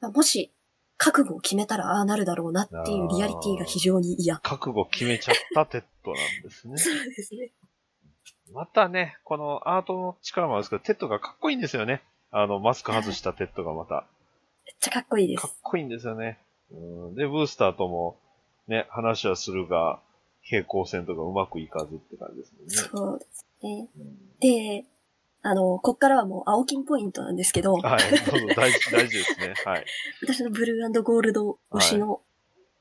まあ、もし、覚悟を決めたらああなるだろうなっていうリアリティが非常に嫌。覚悟決めちゃったテッドなんですね。そうですね。またね、このアートの力もあるんですけど、テッドがかっこいいんですよね。あの、マスク外したテッドがまた。めっちゃかっこいいでかっす。こいいんですよね。うんで、ブースターとも、ね、話はするが、平行線とかうまくいかずって感じですね。そうですね。うんで、あの、こっからはもう青金ポイントなんですけど、はい、どうぞ大事、 大事ですね。はい。私のブルーゴールド推しの、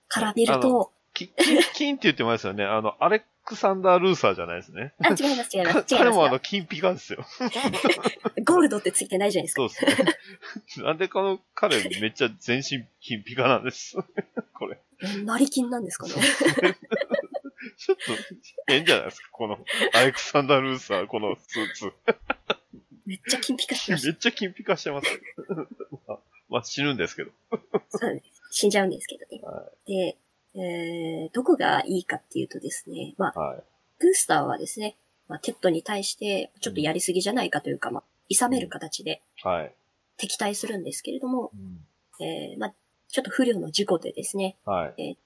から見ると、き、金、金って言ってますよね。あの、アレクサンダー・ルーサーじゃないですね。あ、違います、違います、違いまか す。彼もあの、金ピカですよ。ゴールドってついてないじゃないですか。そうですね。 なんでこの彼めっちゃ全身金ピカなんです。 これ。成金なんですかね。ちょっと、変じゃないですか、この、アレクサンダー・ルーサー、このスーツ。めっちゃ金ピカしてめましっちゃ金ピカしてますよ。 まあ、まあ、死ぬんですけど。た。そうです死んじゃうんですけどね。で、えー、どこがいいかっていうとですね、まあ、はい。ブースターはですね、まあ、テッドに対して、ちょっとやりすぎじゃないかというか、まあ、諌める形ではい。敵対するんですけれども、えー、まあ、ちょっと不慮の事故でですね、はい。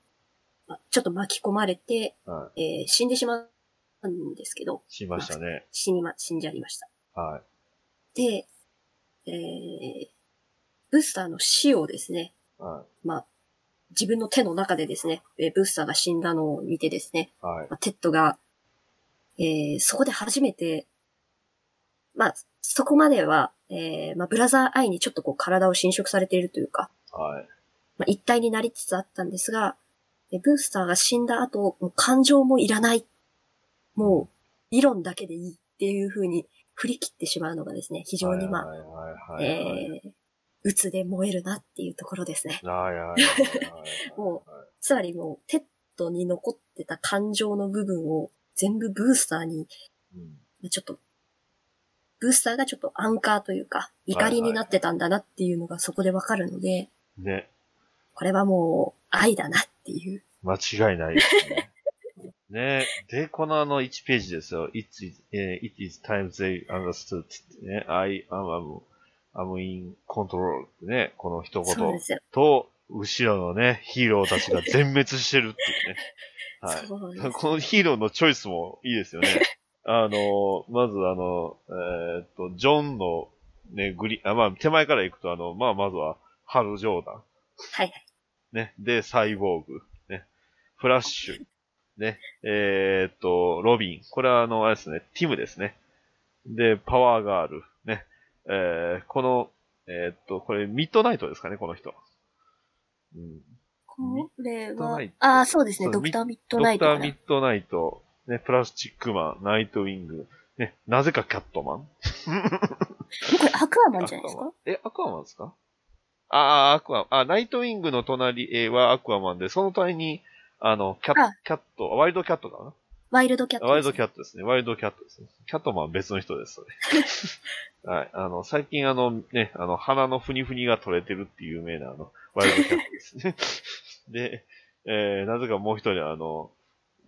まあ、ちょっと巻き込まれて、はえー死んでしまうんですけど、しましたね。死にま、死んじゃいました。はで、えー、ブースターの死をですね、い。はまあ、自分の手の中でですね、えーブースターが死んだのを見てですね、い。はい。まあテッドが、えーそこで初めて、まあ、そこまでは、えーまあ、ブラザーアイにちょっとこう体を侵食されているというか、はい。まあ、一体になりつつあったんですが、えブースターが死んだ後、もう感情もいらない。もう、理論だけでいいっていう風に振り切ってしまうのがですね、非常にまあ、はいはいはいはい。えー、鬱で燃えるなっていうところですね。はいはいはいはい。もつまりもう、テッドに残ってた感情の部分を全部ブースターにうん。ちょっと、ブースターがちょっとアンカーというか、怒りになってたんだなっていうのがそこでわかるので、ね。これはもう愛だなっていう。間違いないですね。ねで、このあの1ページですよ。It is, えー it is time they understood. ね、I am, I'm, I'm in control. ね、この一そう言ですよ。と、後ろのね、ヒーローたちが全滅してるっていうね。はい。そうで す。このヒーローのチョイスもいいですよね。あの、まずあの、えーっと、ジョンの、ね、グリ、あ、まあ、手前から行くと、あの、まあ、まずは、ハル・ジョーダン。はいはい。ね。で、サイボーグ。ね。フラッシュ。ね。えーっと、ロビン。これはあの、あれですね、ティムですね。で、パワーガール。ね。えー、この、えーっと、これ、ミッドナイトですかね、この人。うん。これドナはイト、ああ、そうですそね。うドクターミッドナイトドかクターミなッ。ドナイト、ね、プラスチックマン、ナイトウィング、ね、なぜかキャットマン。これアクアマンじゃないですアクアマかンえ、アクアマンですかああ、アクア、あ、ナイトウィングの隣えーはアクアマンで、その隣に、あの、キャあキャット、ワイルドキャットかワイルドキャッなト。ワイルドキャッャットですね。ワイルドキャットですね。キャットマンは別の人です、 それはい。あの、最近あの、ね、あの、鼻のふにふにが取れてるっていう有名なあの、ワイルドキャットですね。 で、えー、なぜかもう一人あの、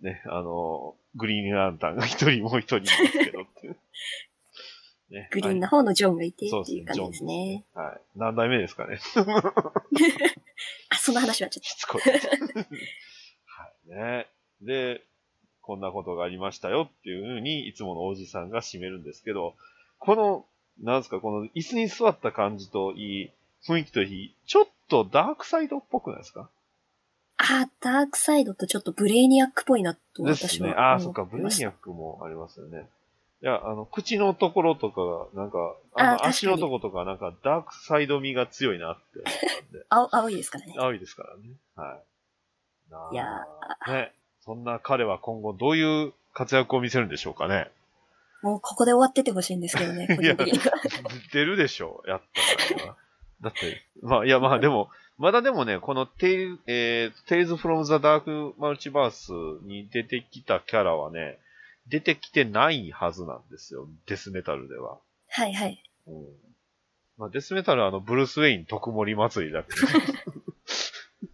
ね、あの、グリーンランタンが一人、もう一人いますけど っていう。ね、グリーンはいな方のジョンがいてってそういう感じですね。。ジョンはい。何代目ですかね。あ、その話はちょっしつこい。 はいね。で、こんなことがありましたよっていうふうに、いつものおじさんが締めるんですけど、この、なんですか、この椅子に座った感じといい、雰囲気といい、ちょっとダークサイドっぽくないですかと、ああ、ダークサイドとちょっとブレイニアックっぽいなとで私すはね。思いました。ああ、そっか、ブレニャックもありますよね。いや、あの、口のところとかが、なんか、ああーの確かに足のとことか、なんか、ダークサイド味が強いなって思ったんで。青青いですからね。青いですからね。はい。なあいや ね。そんな彼は今後どういう活躍を見せるんでしょうかね。もうここで終わっててほしいんですけどね、個人的には。出るでしょ、やった ら。だって、まあ、いや、まあでも、まだでもね、このテイル、えー、Tales from the Dark Multiverse に出てきたキャラはね、出てきてないはずなんですよ、デスメタルでは。はいはい。うん。まあ、デスメタルはあの、ブルース・ウェイン特盛り祭りだけ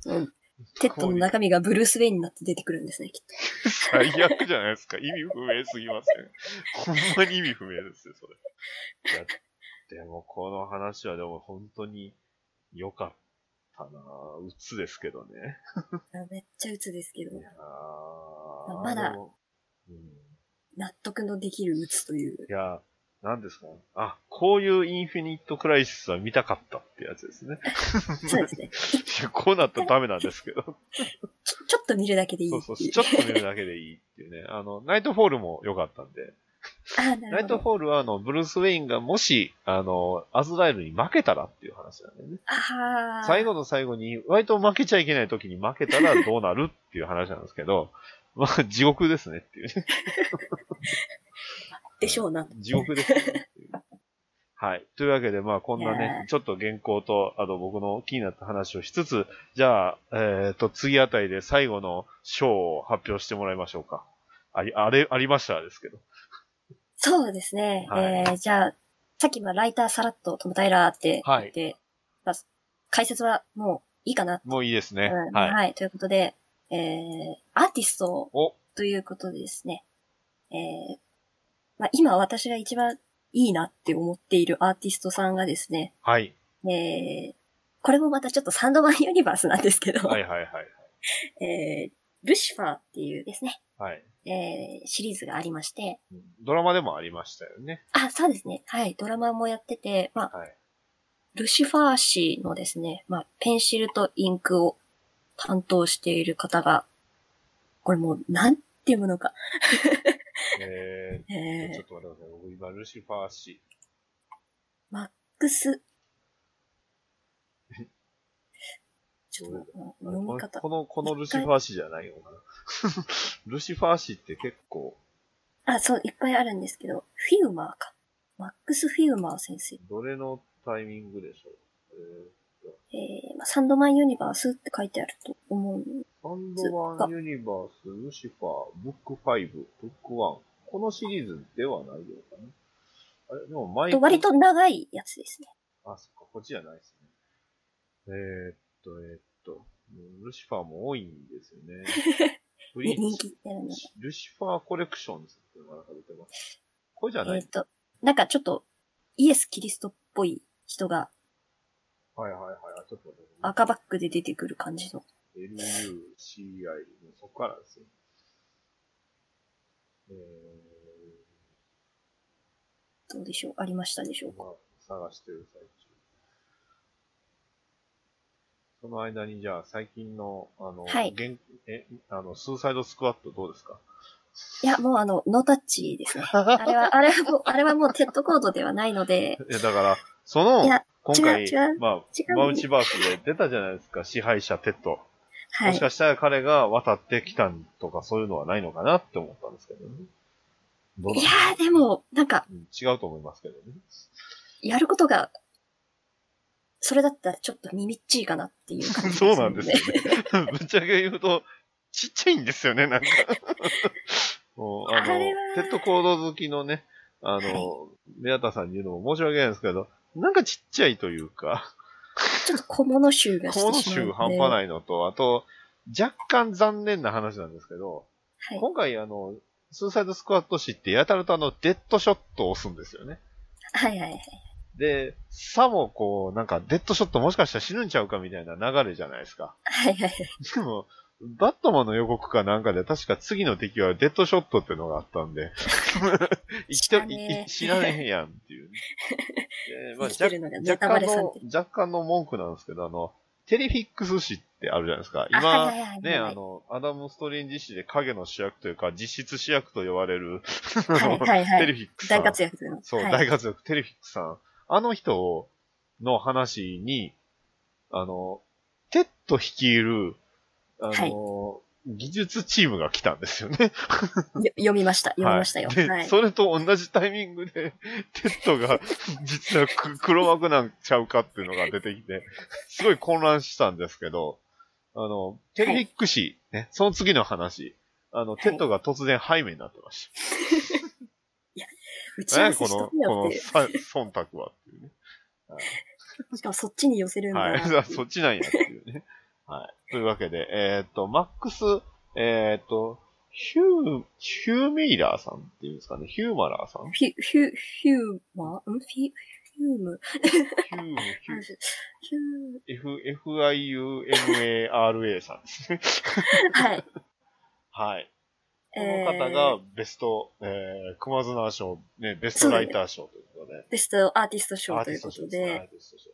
ど。 テッドの中身がブルース・ウェインになって出てくるんですね、きっと。最悪じゃないですか。意味不明すぎま せん。ほんまに意味不明ですよ、それ。いや、でもこの話はでも本当に良かったなぁ。鬱ですけどね。あめっちゃ鬱ですけどい、やーまだでもうん、い納得のできる鬱 という。や、なんですかあ、こういうインフィニットクライシスは見たかったってやつですね。そうですね。いや こうなったらダメなんですけど。ちょちょっと見るだけでいいそうそう、っていちょっと見るだけでいいっていうね。あの、ナイトフォールも良かったんで。あナなるイトほど。フォールは、あの、ブルース・ウェインがもし、あの、アズラエルに負けたらっていう話なんだよね。ああ。最後の最後に、割と負けちゃいけない時に負けたらどうなるっていう話なんですけど、 まあ、地獄ですねっていう ね。でしょうな。地獄ですねっていう。はい。というわけで、まあ、こんないやね、ちょっと原稿と、あと僕の気になった話をしつつ、じゃあ、えっ、と、次あたりで最後の章を発表してもらいましょうか。あり、あれ、ありましたらですけど。そうですね。はいえー、じゃあ、さっきまあライターさらっとトム・タイラーって言って、まあ、解説はもういいかな。もういいですね。うんはい。ということで、えー、アーティストお、ということでですね、えー、まあ、今私が一番いいなって思っているアーティストさんがですね、はい。えー、これもまたちょっとサンドマンユニバースなんですけど、はいはいはい。 えー、ルシファーっていうですね、はい。えー、シリーズがありまして、ドラマでもありましたよね。あ、そうですね。はい。ドラマもやってて、まあ、 はい。ルシファー氏のですね、まあ、ペンシルとインクを担当している方が、これもう、なんて読むのか。ええー、ちょーっ、と待ってください。僕今、ルシファー氏。マックス。ちょっと、うん読み方。この、このルシファー氏じゃないよな。 ルシファー氏って結構、あ、そう、いっぱいあるんですけど、フィウマーか。マックス・フィウマー先生。どれのタイミングでしょう。えーまあ、サンドマンユニバースって書いてあると思う。えー、サンドマンユニバース、ルシファー、ブック5、ブック1。このシリーズではないようかな。あれ、でもマイとク割と長いやつですね。あ、そっか、こっちじゃないですね。えー、っと、えー、っと、ルシファーも多いんですよね。 ブねリー人チ気ってあるのが。ルシファーコレクションズっていうのがなんか出てます。これじゃなえい、っ、と、なんかちょっと、イエス・キリストっぽい人がはいはいはい。ちょっと待ってね赤バックで出てくる感じの。 LUCI。そこからですね。えどうでしょうありましたでしょうー、まあ、探してる最中。その間に、じゃあ、最近の、あの、はい現え、あの、スーサイドスクワットどうですかいや、もうあの、ノータッチですね。あれは、あれはもう、あれはもうテッドコードではないので、いや、だから、そいのや、今回、違う違うま違あ、うマウチバースで出たじゃないですか、支配者テッド。はもいし。かしたら彼が渡ってきたんとかそういうのはないのかなって思ったんですけどね。どういだやー、でも、なんか、うん違うと思いますけどね。やることが、それだったらちょっと耳っちいかなっていう感 じ、そうなんですよ。ね。ぶっちゃけ言うと、ちっちゃいんですよね、なんか。もう、あの、あれはテッドコード好きのね、あの、宮田さんに言うのも申し訳ないんですけど、なんかちっちゃいというか、ちょっと小物集がしてしコまーうドので。集半端い。ないのと、あと、若干残念な話なんですけど、はい。今回あの、スーサイドスクワット誌ってやたらとあの、デッドショットを押すんですよね。はいはいはい。で、さもこう、なんか、デッドショットもしかしたら死ぬんちゃうかみたいな流れじゃないですか。はいはいはい。でも、バットマンの予告かなんかで、確か次の敵はデッドショットってのがあったん で、知らねえ知らねえやんっていうね、で まあ生きてるのがネ若タバ干レされのてる。、若干の文句なんですけど、あの、テレフィックス誌ってあるじゃないですか。今、あはいはいはいね、あの、アダム・ストレンジ誌で影の主役というか、実質主役と呼ばれる、はいはいはテレい。フィックスさん大活躍というの。そう、はい、大活躍、テレフィックさん。あの人の話に、あの、テッド率いる、あの、技術チームが来たんですよね。よ読みました。読みましたよ。ではい。それと同じタイミングで、テッドが実はく黒幕なんちゃうかっていうのが出てきて、すごい混乱したんですけど、あの、テレビック誌、ね、その次の話、あの、いテッドが突然背面になってまし打ちた。合何わやせこしの、ことけよっのていう。さ忖度はっていうね。しかもそっちに寄せるんだはな。。い。 そっちなんやっていうね。はい。というわけで、えーっと、マックス、えーっと、ヒュー、ヒューミーラーさんっていうんですかね、ヒューマラーさんヒュ、ヒュ、ヒューマーんヒュ、ヒュームヒュー、ヒュー、ヒュ F、FIUMARA さんですね。 ー、はい。はい。こえのー方がベスト、えー、熊綱賞、ね、ベストライター賞ということで。ベストアーティスト賞アーとテいィうストこ賞とですね。アーで、ティスト賞。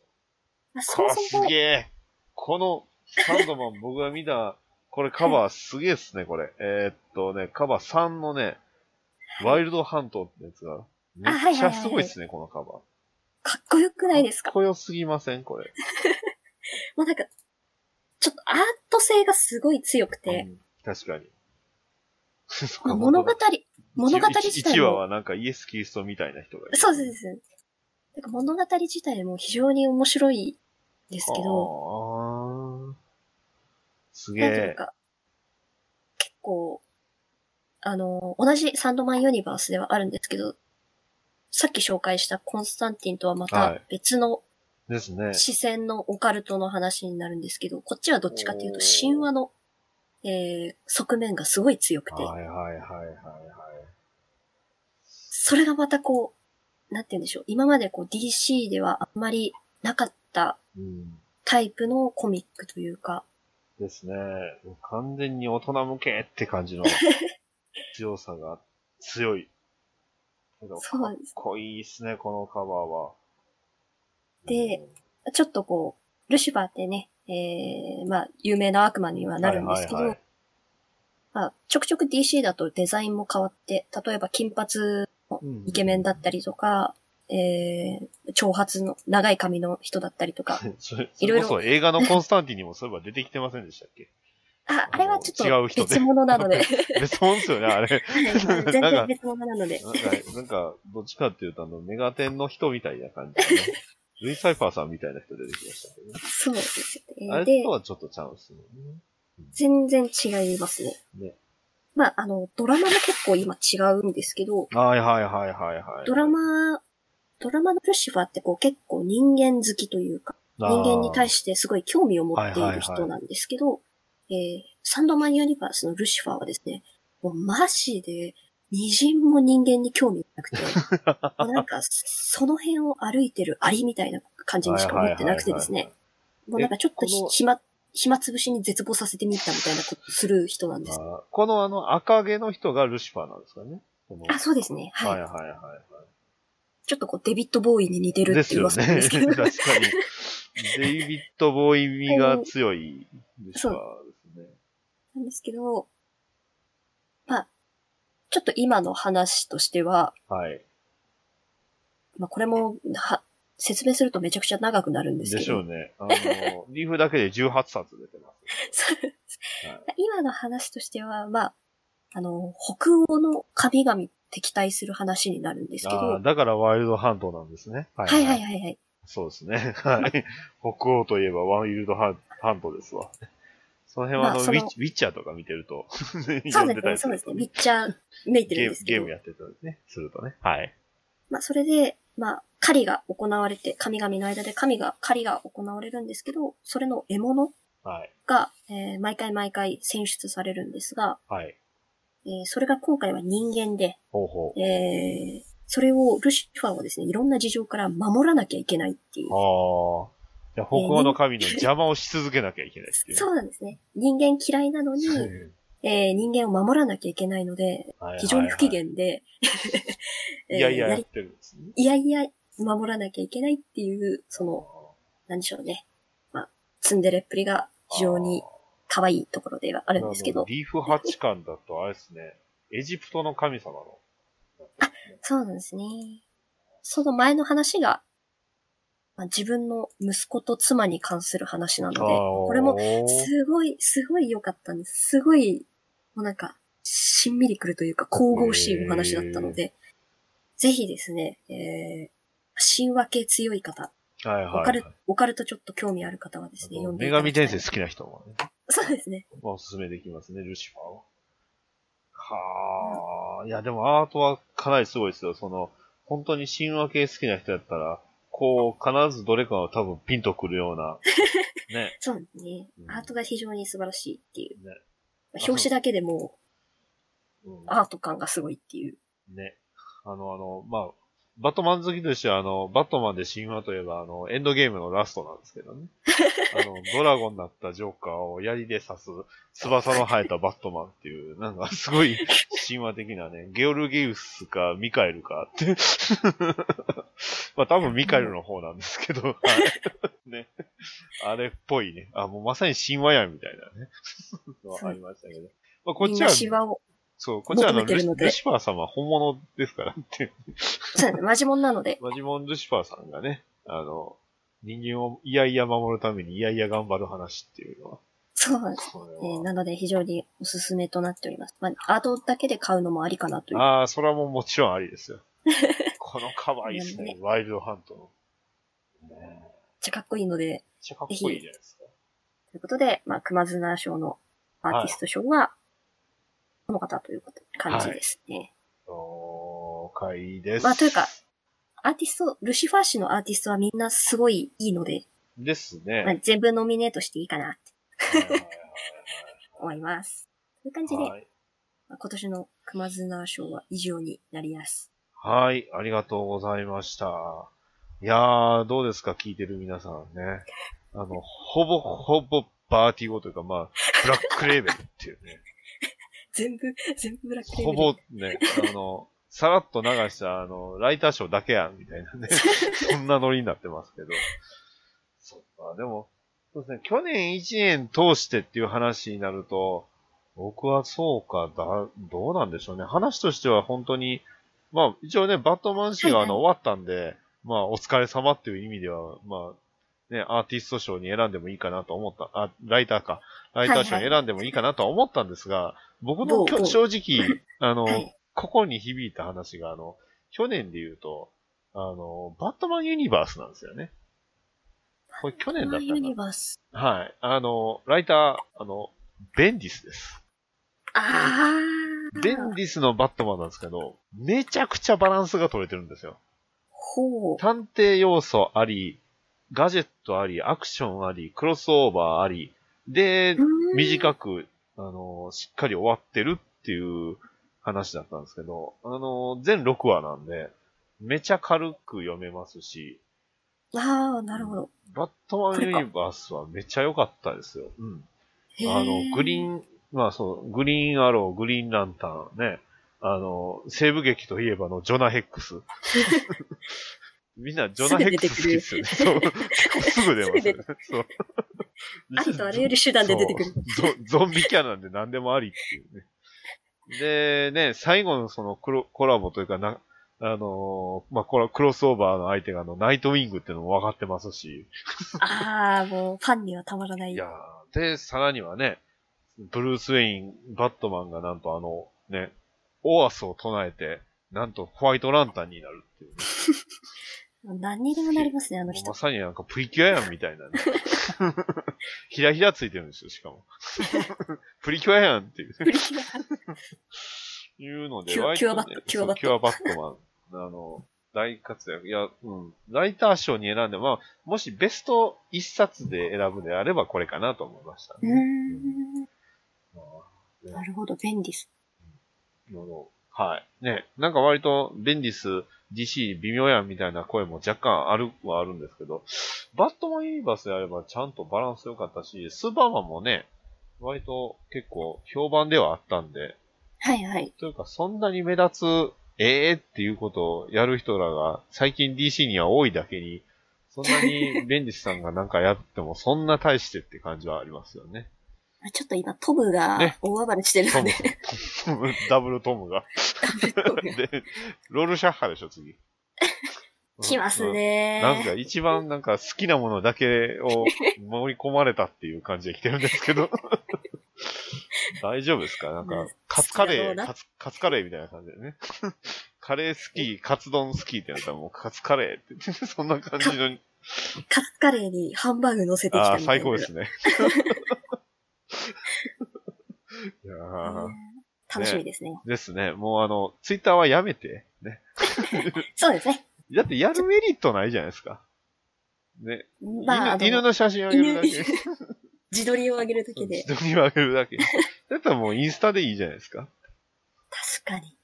まあ、そこもれそすもげ、え。この、サンドマン、 僕が見た、これカバーすげえっすね、これ。えーっとね、カバー3のね、ワイルドハントってやつが、めあはいはいっちはいはゃいすごいっすね、このカバかっこよくー。ないですかっかこよすぎません、これ。もうなんか、ちょっとアート性がすごい強くうて、ん確かに。 まあ物語、物語自体1話も、はなんかイエス・キリストみたいな人がいる。そうですそうです。なんか物語自体も非常に面白いですけど、ど。すげなんていうえ。か、結構、あの、同じサンドマンユニバースではあるんですけど、さっき紹介したコンスタンティンとははまたい別のですね。視線のオカルトの話になるんですけど、こっちはどっちかっていうとおー神話の、えー、側面がすごい強くて、はいはいはいはいはい。それがまたこう、なんて言うんでしょう、今までこう DC ではあんまりなかったうん。タイプのコミックというか、ですね。もう完全に大人向けって感 じの強さが強い。けどそうなんですかっこいいですね、このカバーは。でうん、ちょっとこう、ルシファーってね、えー、まあ、有名な悪魔にはなるんですけど、はいはいはいまあ、ちょくちょく DC だとデザインも変わって、例えば金髪のイケメンだったりとか、えー、長髪の長い髪の人だったりとか、それ、そいろれいころそ映画のコンスタンティンにもそういえば出てきてませんでしたっ けあ、あれはち違ょうっ人とで別物な ので、別物ですよね、あれ。全然別物なので、なんか、なんか、どっちかっていうと、あの、メガテンの人みたいな感じでね。ルイ・サイファーさんみたいな人出てきましたけどね。そうですねあれでと、はちょっとちゃうんですよね。全然違いますね。ねまあ、あの、ドラマも結構今違うんですけど、はいはいはいはいはい。ドラマ、ドラマのルシファーってこう結構人間好きというか、人間に対ししてすごい興味を持っているはいはいは人いなんですけど、えーサンドマンユニバースのルシファーはですね、もうマジで、微塵も人間に興味 なくて、もうなんか、その辺を歩いてるアリみたいな感じにしか思ってなくてですね、もうなんかちょっとえこのひ暇、暇つぶしに絶望させてみたみたいなことする人なんです。このあの、赤毛の人がルシファーなんですかね。このあ、そうですね。はい。はいはいはいはちょっとこう、デビッド・ボーイに似てい。るでってすいうよ噂ね。なんですけど、 確かに。デイビッド・ボーイ味が強いルシファーですね。 なんですけど、まあ、ちょっと今の話としては、はい。まあこれも、は、説明するとめちゃくちゃ長くなるんですでけしょうど、ね。あの、リーフだけで18冊出てます。そうですはい 今の話としては、まあ、あの、北欧の神々敵対する話になるんですけど、あはあ、だからワイルドハントなんですね。はいはいはいはい。そうですね。はい。北欧といえばワイルドハンハントですわ。その辺はあの、まあそウのィッチウィッチャーとか見てると、そう読んでですたね、りすそうるですとね。ね、めっちゃめいてゲーるんでムすけゲーどム、やってたりね、するとね。はい。まあそれで、まあ、狩りが行われて、神々の間で神が、狩りが行われるんですけど、それの獲物はい。が、えー毎回毎回選出されるんですが、はい。えーそれが今回は人間で、ほうほう。えーそれをルシファーはですね、いろんな事情から守らなきゃいけないっていう。ああ。じゃあ北欧の神の邪魔をし続けなきゃいけないっていう。そうなんですね。人間嫌いなのに、うんえー人間を守らなきゃいけないので、はいはいはい非常に不機嫌で、いやいや、やえーやっりてるんですね。いやいや守らなきゃいけないっていう、その、なんでしょうね。まあ、ツンデレっぷりが非常に可愛いところではああるんですけど、リーフ八巻だと、あれですね、エジプトの神様の。そうなんですね。その前の話が、まあ、自分の息子と妻に関する話なので、あーこれもすごい、すごい良かったんです。すごい、もうなんか、しんみりくるというか、神々しいお話だったので、ぜひですね、えー、神話系強い方、はいオはカい、ル、はい。オカルトちょっと興味ある方はですね、読んでい女ただ神きたい転生好きな人もね、そうですね。まあ、おすすめできますね、ルシファーは。はあ、いや、でもアートはかなりすごいですよ。その、本当に神話系好きな人だったら、こう、必ずどれかは多分ピンとくるよう な、ね、そうですねう。んアートが非常に素晴らしいっていう。ねまあ表紙だけでもうんうアート感がすごいっていう。ね、あの、あの、まあ、バットマン好きとしては、あの、バットマンで神話といえば、あの、エンドゲームのラストなんですけどね。あの、ドラゴンだったジョーカーを槍で刺す、翼の生えたバットマンっていう、なんかすごい神話的なね、ゲオルギウスかミカエルかって。 まあ多分ミカエルの方なんですけど、はいね。あれっぽいね。あ、もうまさに神話やんみたいなね。 のはありましたけど。まあこっみんちなは、シワを。そう、こっちはあの求めてルるシのでルシファー様は本物ですからっていう。 そうですね。マジモンなので。マジモン・ルシファーさんがね、あの、人間をいやいや守るためにいやいや頑張る話っていうのは、そうなんです。これえはーなので非常におすすめとなっております。まあ、アートだけで買うのもありかなという。ああ、それはもうもちろんあり ですよ。このカバーいいですねね、ワイルドハントの。めっちゃかっこいいので、めっちゃかっこいいじゃないですか。ということで、まあ、熊綱賞のアーティスト賞は、この方ということ感じですね。了解です。まあ、というか、アーティスト、ルシファー氏のアーティストはみんなすごいいいので、ですまあね。、全部ノミネートしていいかなって思います。という感じで、はい。まあ今年の熊綱賞は以上になります。はい、ありがとうございました。いやー、どうですか、聞いてる皆さんね。あの、ほぼほぼバーティゴというか、まあ、ブラックレーベルっていうね。全部、全部ブラックレーほベルぼね、あの、さらっと流した、あの、ライター賞だけやん、みたいな ね。そんなノリになってますけど。そっか、でも、そうですね、去年1年通してっていう話になると、僕はそうか、だ、どうなんでしょうね。話としては本当に、まあ、一応ね、バットマン氏があの、終わったんで、まあ、お疲れ様っていう意味では、まあ、ね、アーティスト賞に選んでもいいかなと思った、あ、ライターか。ライター賞に選んでもいいかなとは思ったんですが、僕どのうきどょう正 直、あの、はいここに響いた話が、あの、去年で言うと、あの、バットマンユニバースなんですよね。これ去年だマっンたユかニなバース。はい。あの、ライター、あの、ベンディスです。あー。ベンディスのバットマンなんですけど、めちゃくちゃバランスが取れてるんですよ。ほう。探偵要素あり、ガジェットあり、アクションあり、クロスオーバーあり、で、く。短く、あの、しっかり終わってるっていう話だったんですけど、あの、全6話なんで、めちゃ軽く読めますし、あー、なるほど。バットマンユニバースはめちゃ良かったですよ。うん。あへの、グリン。ーン、まあそう、グリーンアロー、グリーンランタン、ね。あの、西部劇といえばのジョナヘッ クス。みんなジョナヘックス好きですよね。そう。結構すぐ出ますよね。そう。ありとあらゆる手段で出てくる。そうゾゾンビキャラなんで何でもありっていうね。で、ね、最後のそのコロコラボというかな、あのーまあ、コラクロスオーバーの相手があの、ナイトウィングっていうのも分かってますし。あー、もう、ファンにはたまらない。いやーで、さらにはね、ブルース・ウェイン、バットマンがなんとあの、ね、オアスを唱えて、なんとホワイトランタンになるっていうね、何にでもなりますね、あのもう人ま。さになんかプリキュアやんみたい なね。ひらひらついてるんですよ、しかも。プリキュアやんっていう。プリキュアいうので、キュア割とねキュアバットキュアそうバットキュアバットマン。あの、 大活躍。いや、うん。ライター賞に選んで、まあ、もしベスト一冊で選ぶであればこれかなと思いましたうーね。ん。まあねなるほど、便利です。なるほどはい。ね。なんか割と、ベンディス、DC 微妙やんみたいな声も若干あるはあるんですけど、バットマンユニバースであればちゃんとバランス良かったし、スーパーマンもね、割と結構評判ではあったんで、はいはい。というか、そんなに目立つ、ええー、っていうことをやる人らが、最近 DC には多いだけに、そんなにベンジスさんがなんかやっても、そんな大してって感じはありますよね。ちょっと今、トムねが大暴れしてるトんムで、、トムダブルトムが。で、ロールシャッハでしょ、次。 来ますね。なんか一番なんか好きなものだけ を盛り込まれたっていう感じで来てるんですけど。大丈夫ですかなんか、カツカレ好きだろうー、なカツ、カツカレーみたいな感じでね。 カレー好き、カツ丼好きってなったらもうカツカレーって、そんな感 じの、カツカレーにハンバーグ乗せてきあたあ、みたいな。最高です ね。いやーうん楽しみですね。ですね。もうあの、ツイッターはやめて、ね。そうですね。だってやるメリットないじゃないですか。ね。まあ、あ犬犬の、の写真あげるだけ犬。 自撮りを上げるだけで。人にあげるだけ。 だったらもうインスタでいいじゃないですか。確かに。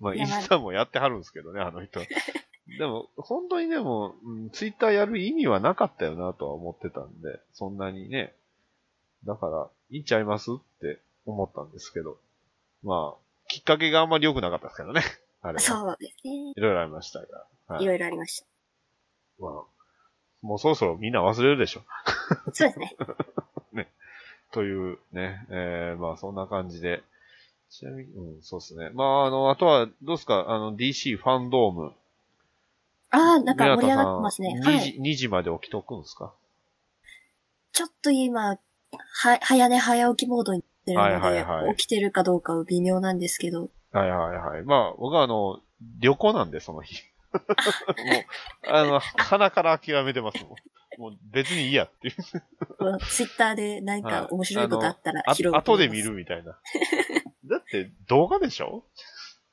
まあ、いイやンスタもやってはるんですけどね、あの人。でも、本当にでも、うん、ツイッターやる意味はなかったよなとは思ってたんで、そんなにね。だから、いいんちゃいますって思ったんですけど。まあ、きっかけがあんまり良くなかったですけどね。あれは。そうですね。いろいろありましたが。はいいろいろありました。まあ、もうそろそろみんな忘れるでしょ。そうですね。というね、えー、まあそんな感じで。ちなみに、うん、そうですね。まああの、あとは、どうですか、あの、DC ファンドーム。ああ、なんか宮盛田り上さがってますね。 2時、はい。 2時まで起きとくんですかちょっと今、は、早寝早起きモードになってるので、はいはいはい起きてるかどうかは微妙なんですけど、はいはいはい。まあ、僕はあの、旅行なんで、その日。 もう、あの、鼻から諦めてますもん。もう別にいいやっていう。ツイッターで何はいか面白いことあったらあ拾うと後思いでます見る。みたいな。だって、動画でしょ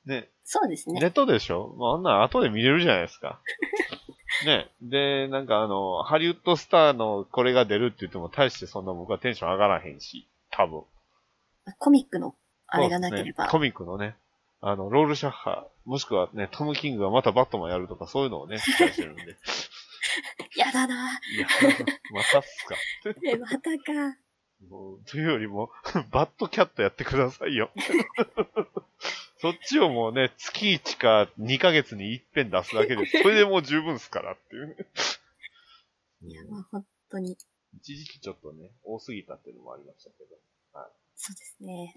ね、そうですね。ネットでしょまああんなん後で見れるじゃないです か。ね。で、なんかあの、ハリウッドスターのこれが出るって言っても、大してそんな僕はテンション上がらへんし、多分。コミックのあれがなけれそうですねば。コミックのね、あの、ロールシャッハー、もしくはね、トム・キングがまたバットマンやるとか、そういうのをね、期待して るんで。いやだなや、 またっすか。え、またか。もうというよりも、 バットキャットやってくださいよ。 そっちをもうね、月1か2ヶ月に一遍出すだけで、それでもう十分っすからっていうね。うんまあ、本当に。一時期ちょっとね、多すぎたっていうのもありましたけど。そうですね。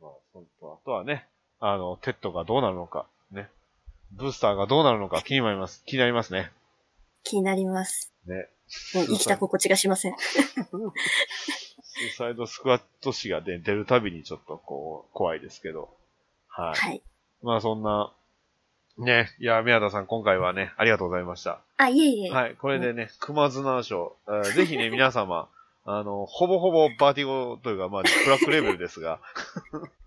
まあ、本当あとはね、あの、テッドがどうなるのか、ね。ブースターがどうなるのか気になります。気になりますね。気になります。ね。もう生きた心地がしません。スーサイドスクワット誌が、ね、出るたびにちょっとこう、怖いですけど。はい。はい。まあそんな、ね、いや、宮田さん今回はね、ありがとうございました。あ、いえいえ。はい、これでね、熊綱賞、えーぜひ ね、皆様、あの、ほぼほぼバーティゴというか、まあ、ブラックレーベルですが、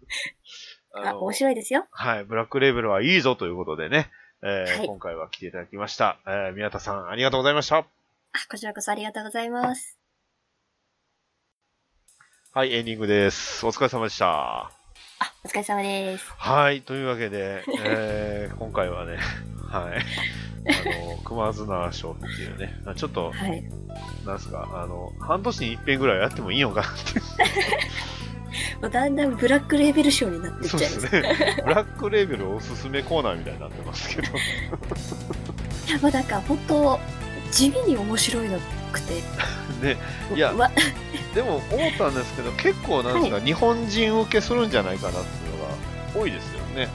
あ、面い。白いですよ。はい、ブラックレーベルはいいぞということでね、えーはい今回は来ていただきました。えー宮田さん、ありがとうございました。あ、こちらこそありがとうございます。はい、エンディングです。お疲れ様でした。あ、お疲れ様です。はい、というわけで、えー 今回はね、はい、あの、熊綱賞っていうね、まあちょっと、はい。なんすか、あの、半年に一遍ぐらいやってもいいのかなってもうだんだんブラックレーベル賞になっていっちゃいます。ね。ブラックレーベルおすすめコーナーみたいになってますけど、 いや、まあ、なんか本当、地味に面白いのくて。ね、いや、わ でも思ったんですけど、結構なんですか、日本人受けするんじゃないかなっていうのが多いですよね。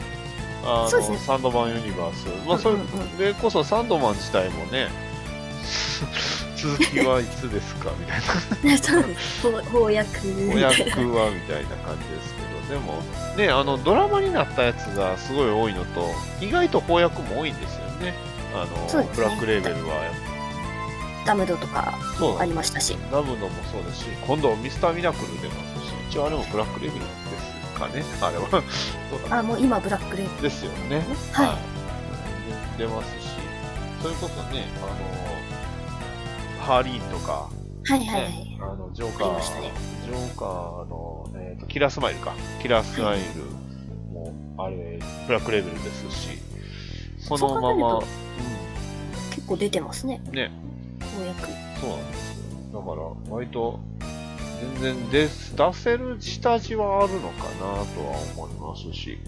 あそうの、ですねサンドマンユニバース。まあ、それうんうんうんでこそサンドマン自体もね、 続きはいつですかみ たいな。そうです。翻翻訳みたおいな。役はみたいな感じですけど、でも、ね、あの、ドラマになったやつがすごい多いのと、意外と翻訳も多いんですよね。あその、うですねブラックレーベルはやっダムドとかぱ、そうありましたし。ラブのもそうだし、今度ミスターミラクル出ますし、一応あれもブラックレーベルですかね。あれは、 そうだあ、もう今ブラックレーベル。ですよね。はいい。出ますし、それこそね、あの、ハーリーンとか、はいはいはねい。、あのジョーカあー、りましたねジョーカーの、えーとキラースマイルか、キラースマイルも、あれ、ブラックレベルですし、そのまま、そう考結構出てますね。うん、ね、翻訳。そうなんですよ。だから、割と、全然出す出せる下地はあるのかなとは思いますし、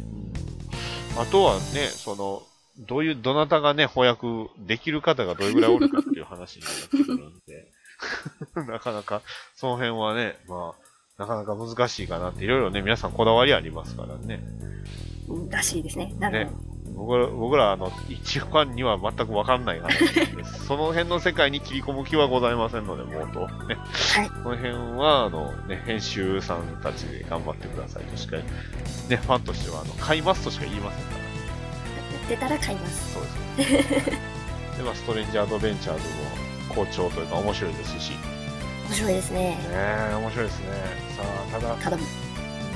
あとはね、その、どういう、どなたがね、翻訳できる方がどれぐらいおるかっていう話になってくるんで、なかなか、その辺はね、まあ、なかなか難しいかなって、いろいろね、皆さんこだわりありますからね。うんらしいですね。なるほど。ま僕ら、僕ら、あの、一ファンには全くわかんない話 です。その辺の世界に切り込む気はございませんので、もうと。ね。いその辺は、あの、ね、編集さんたちで頑張ってくださいとしか、ね、ファンとしては、あの、買いますとしか言いませんから。出たら買います。そうです ね。で、まあ、ストレンジアドベンチャーズも好調というか面白いですし。ね面白いですね。え、面白いですね。さあ、ただ、ただ、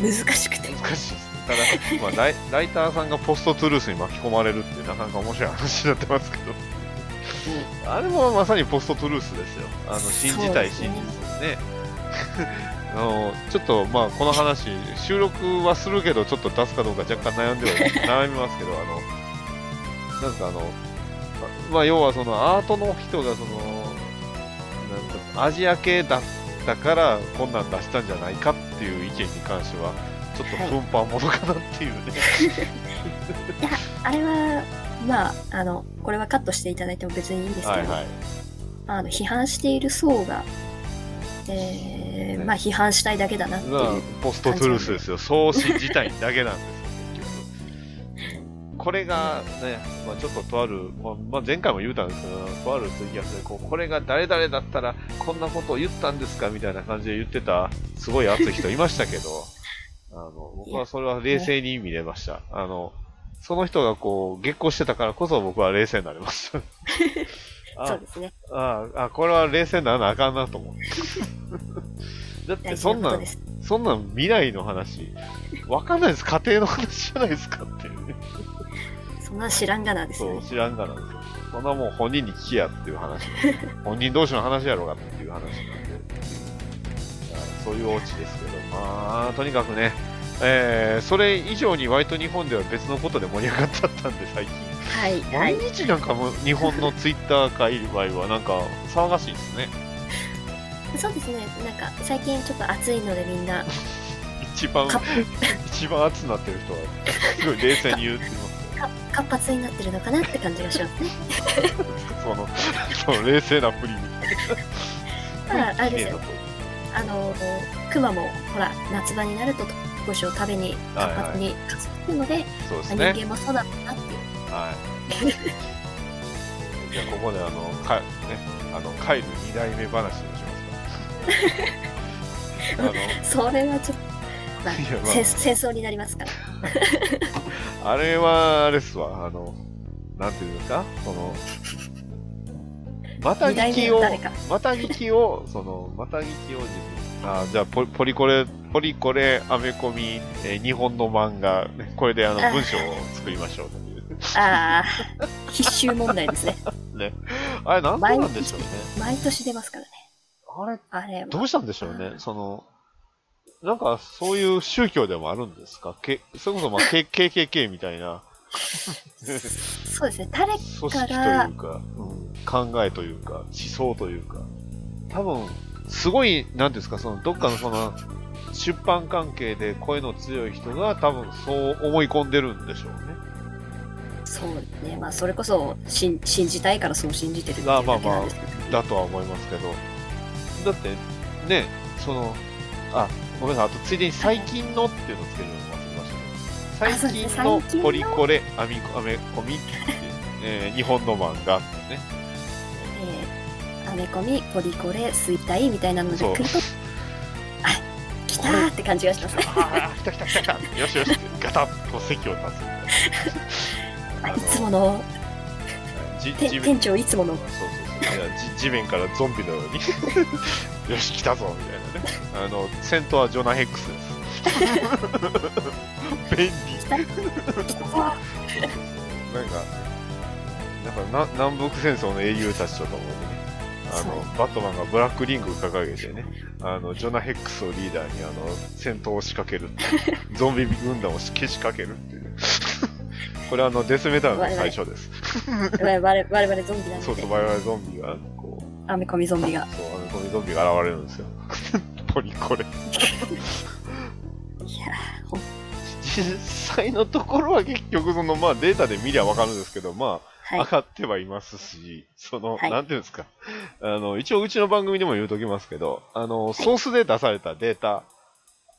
難しくて。難しいですね。ただ、まあライ、ライターさんがポストトゥルースに巻き込まれるっていうなかなか面白い話になってますけど。あれもまさにポストトゥルースですよ。あの、信じたいそ真うです実ねですね。 あの、ちょっと、まあ、この話、収録はするけど、ちょっと出すかどうか若干悩んでは、悩みますけど、あの、なんかあの、ままあ、要はそのアートの人がその、なんかアジア系だったからこんなん出したんじゃないかっていう意見に関しては、ちょっとはい奮発ものかなって いうね。あれは、まあ、あの、これはカットしていただいても別にいいんですけど、はいはい。あの、批判している層が、えー、まあ、批判したいだけだなっていまあう。、ポストトゥルースですよ。そう信じたいだけなんですよ、結局。これがね、まあ、ちょっととある、まあまあ、前回も言うたんですけど、とあるツイキャスでこう、これが誰々だったらこんなことを言ったんですかみたいな感じで言ってた、すごい熱い人いましたけど、 あの僕はそれは冷静に見れました。あのその人がこう、激行してたからこそ僕は冷静になりま した。あそうですね。ああ、これは冷静にならなあかんなと思う。 だって大そ事んななことんで、す。そんなん未来の話、わかんないです。家庭の話じゃないですかっていうね。そんな知らんがなですよそねう、。知らんがなですよ。そんなもう本人に聞きやっていう話。本人同士の話やろうかっていう話なんで。だからそういうオチですけど、まあ、とにかくね、えーそれ以上に割と日本では別のことで盛り上がっちゃったんで、最近。はい、は毎い。日なんかもう日本のツイッター界隈はなんか騒がしいですね。そうですね。なんか、最近ちょっと暑いのでみんな、一番活、一番熱くなってる人は、すごい冷静に言うってますよ。活発になってるのかなって感じがし ますね。その、その冷静なプリみたいな。ああれで綺すよ麗なプリあの、熊も、ほら、夏場になると、ごしを食べに、はい活発に活動するので、そうです人ね。間もそうだったなっていう。はい。じゃあ、ここであの、か、ね、あの、カイル二代目話をしますか。それはちょっと、まあいやまあ戦戦争になりますから。あの、あれは、あれっすわ、あの、なんていうんですか、その、また二代聞目きのを、誰か。また聞きを、その、また聞きを自分。あーじゃあポリ、ポリコレ、ポリコレ、アメコミ、えー日本の漫画、ねこれであの、あー文章を作りましょうという。ああ、必修問題ですね。 ね。あれ、なんでなんでしょうね。毎年出ますからね。あれ、あれは。どうしたんでしょうね。その、なんか、そういう宗教でもあるんですかけそれこそ、まあ、K- KKK みたいな、組そうですね。誰、織というからか、うん、考えというか、思想というか、多分、すごい、なんていうんですか、その、どっかのその、出版関係で声の強い人が多分そう思い込んでるんでしょうね。そうですね。まあ、それこそ、しん信じたいからそう信じてるっていうまあだまあけまなあんですけど。だとは思いますけど、だって、ね、その、あ、ごめんなさい、あとついでに最近のっていうのつけるの忘れましたね。あそう最ですね近の最近のポリコレ、アミコアメコミって、えー日本の漫画ってね。えー、アメコミ、ポリコレ、衰退みたいなのでそう来ると、あ、来たーって感じがしますね。ああ、来た来た来た来た。よしよし、ガタッと席を立つみたいな。いつもの、じて地面店長いつもそうの、そうそういやじ地面からゾンビのように よし来たぞみたいなねあの先頭はジョナ・ヘックス です 便利来たーなんかなんかな南北戦争の英雄たちとかもねあのそうバットマンがブラックリング掲げてねあのジョナ・ヘックスをリーダーにあの戦闘を仕掛けるって いうゾンビ軍団をけしかけるっていう これはあのデスメタルの最初です我々、我々ゾンビなそうそのでう、我々ゾンビがこうアメコミゾンビが。そう、アメコミゾンビが現れるんですよ。 ポリコレ。いやー、ほん実際のところは結局、その、まあデータで見りゃわかるんですけど、まあ、は上。いがってはいますし、その、はいなんていうんですか。あの、一応うちの番組でも言うときますけど、あの、ソースで出されたデータ、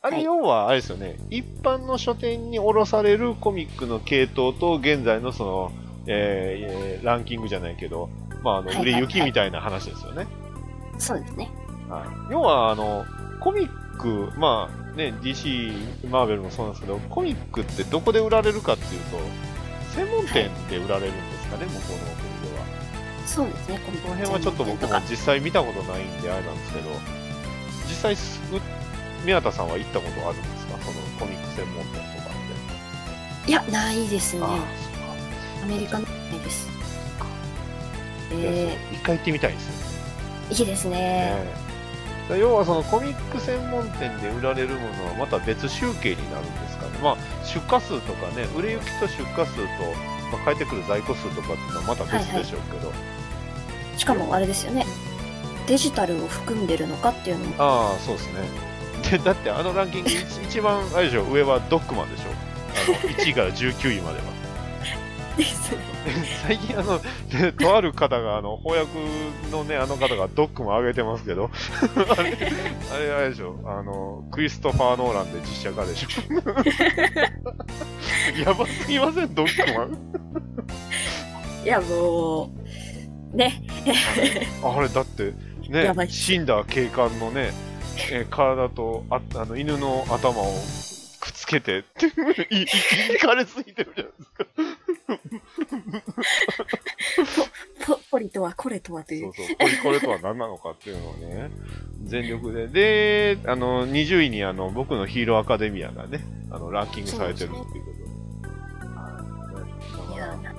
あれ、はい要は、あれですよね、一般の書店に卸されるコミックの系統と、現在のその、えーえーランキングじゃないけど、まあ、あの、はい売はいれはい行きみたいな話ですよね。そうですね。はい、要は、あの、コミック、まあ、ね、DC、マーベルもそうなんですけど、コミックってどこで売られるかっていうと、専門店で売られるんですかね、向こうの国では。そうですね。この辺はちょっと僕も実際見たことないんであれなんですけど、実際す、宮田さんは行ったことあるんですかそのコミック専門店とかって。いや、ないですね。あアメリカのないです。あ、そうか。いやえそう一回行ってみたいですよね。ー、いいですね。ねだ要はそのコミック専門店で売られるものはまた別集計になるんですかね。まあ、出荷数とかね、売れ行きと出荷数と、まあ、帰ってくる在庫数とかっていうのはまた別でしょうけど、しかもあれですよね。デジタルを含んでるのかっていうのも、ああ、そうですね。で、だってあのランキング、いち一番、あれでしょ、上はドッグマンでしょ。あの、1位から19位までは。ですね。最近、あの、 ねとある方が、あの、翻訳のね、あの方がドッグマン上げてますけど、 あれ、あれ、あれでしょ、あの、クリストファー・ノーランで実写化でしょ。 やばすぎません、ドッグマン。いや、もう、ね。あれ、だって、やばいね、死んだ警官のね、え体とああの犬の頭をくっつけて、 いいいかれすぎてるじゃん。ポポリとはこれとはといそうう。そう、これこれとは何なのかっていうのをね、全力で。で、あの、20位にあの、僕のヒーローアカデミアがね、あの、ランキングされてるっていうことで。はいいだやから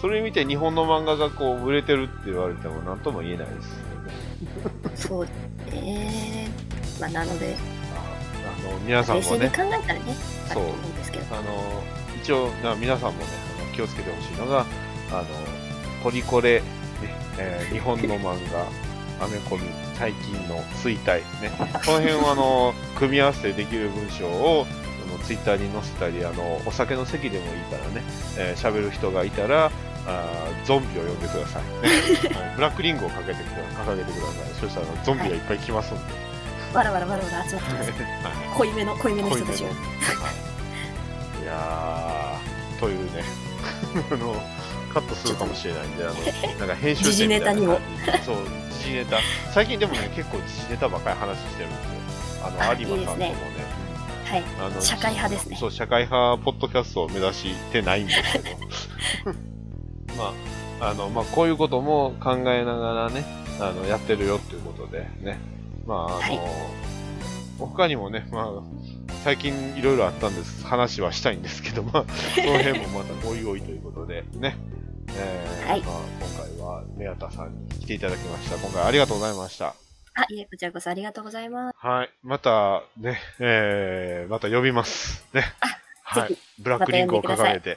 それ見て日本の漫画がこう、売れてるって言われても何とも言えないですよね。そう。えー、まあ、なので、あの、皆さん冷も静にね考、えたらね、あるとそう思うんですけど。あの、一応、な皆さんもね、あの気をつけてほしいのが、あの、コリコレ、ねえー日本の漫画、 アメコミ、最近の衰退、ね、この辺は、あの、 組み合わせてできる文章を、あのツイッターに載せたり、あの、お酒の席でもいいからね、えー喋る人がいたら、あーゾンビを呼んでください、ねはいブラックリングをかけてください。掲げてください。そしたらあのゾンビがいっぱい来ますんで。わらわらわらわら集まってます。はい濃いめの、濃いめの濃い人めたのちが。いやー、というね、 あの、カットするかもしれないんで、あの、なんか編集点みたいな感じ。そう、時事ネタ。最近でもね、結構時事ネタばっかり話してるんですよ。あの、あ有馬さんともねいいですね。はい。あの社会派ですねそう、社会派ポッドキャストを目指してないんですけど。 まあ、あの、まあ、こういうことも考えながらね、あの、やってるよっていうことでね。まあ、あの、はい他にもね、まあ、最近いろいろあったんです、話はしたいんですけど、まあ、その辺もまたおいおいということで ね。えーはいまあ、今回は、宮田さんに来ていただきました。今回ありがとうございました。あ、いえ、こちらこそありがとうございます。はい。また、ね、えー、また呼びます。ね。はぜい。ブラックリンクを掲げて、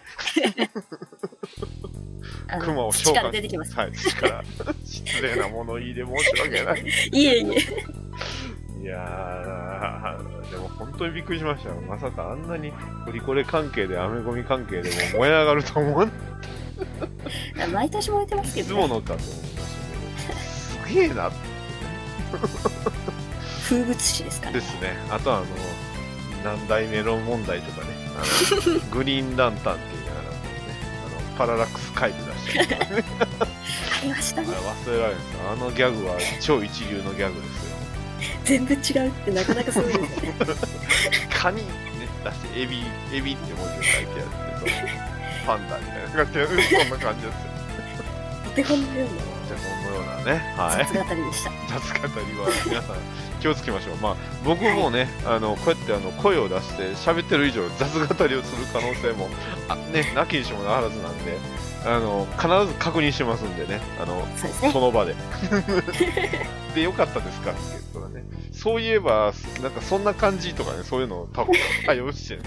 あの熊を土召から喚出てきます。はい、土から。 失礼な物言いで申し訳ない。いえいえ。いやー、でも本当にびっくりしましたよ。まさかあんなにコリコレ関係で、アメゴミ関係でも燃え上がると思わな毎年燃えてますいけつど、もね、のかと思いましたけど、すげえな風物詩ですからでね。 すね。あとはあの、何代メロン問題とかね、あの、グリーンランタンって言いながら、ね、あの、パララックス回避出してるからね。ありましたあれね。忘れられないですよあのギャグは超一流のギャグですよ。全部違うってなかなかそうい うですね。カニ、ね、出して、エビ、エビって文字を書いてあるけど、パンダみたいな感じで、そんな感じですよ。お手本のようじゃあ、そのようなね、は。ない雑語りでした。雑語りは皆さん気をつけましょう。まあ、僕もね、あの、こうやってあの声を出して喋ってる以上雑語りをする可能性も、あね、なきにしもあらずなんで、あの、必ず確認しますんでね、あの、そうです ねそ。の場で。で、よかったですかって言ったらね、そういえば、なんかそんな感じとかね、そういうのを多分対応してね。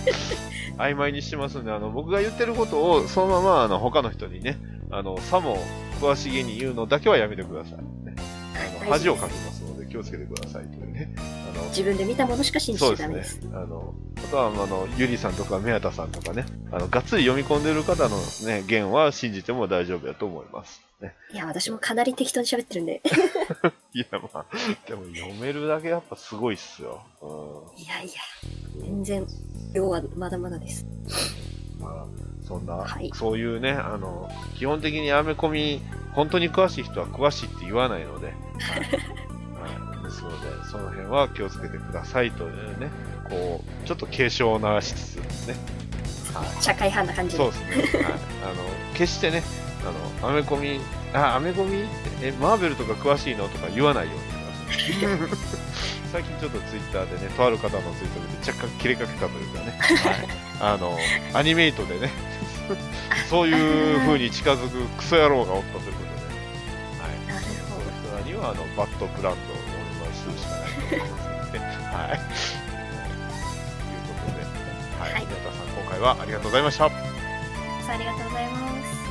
曖昧にしてますんで、あの、僕が言ってることをそのまま、あの、他の人にね、あの、さも詳しげに言うのだけはやめてください。ね、あの、大恥丈を夫でかすきますので気をつけてくださいというね。あの、自分で見たものしか信じそうちゃでダすメねです。。あの、あとは、あの、ゆりさんとか、宮田さんとかね、あの、がっつり読み込んでる方のね、言は信じても大丈夫だと思います。ね。いや、私もかなり適当に喋ってるんで。いや、まあ、でも読めるだけやっぱすごいっすよ。ういやいや、全然、量はまだまだです。ん。まあ、そんな、はいそういうね、あの、基本的にアメコミ、本当に詳しい人は詳しいって言わないので、はい。ですので、その辺は気をつけてくださいというね、こう、ちょっと警鐘を鳴らしつつですね。社会派な感じで。そうですね。はい、あの決してね、あのアメコミ、あ、アメコミってえ、マーベルとか詳しいのとか言わないようにしてく ださい最近ちょっとツイッターでね、とある方のツイートで若干切れかけたというかね、はい、あの、アニメイトでね、そういう風に近づくクソ野郎がおったということで、はい、なるそほうど。いう人らにはあのバッドブランドをお願いするしかないと思いますので、はい。ということで、はい、はい宮田さん今回はありがとうございました。さあありがとうございます。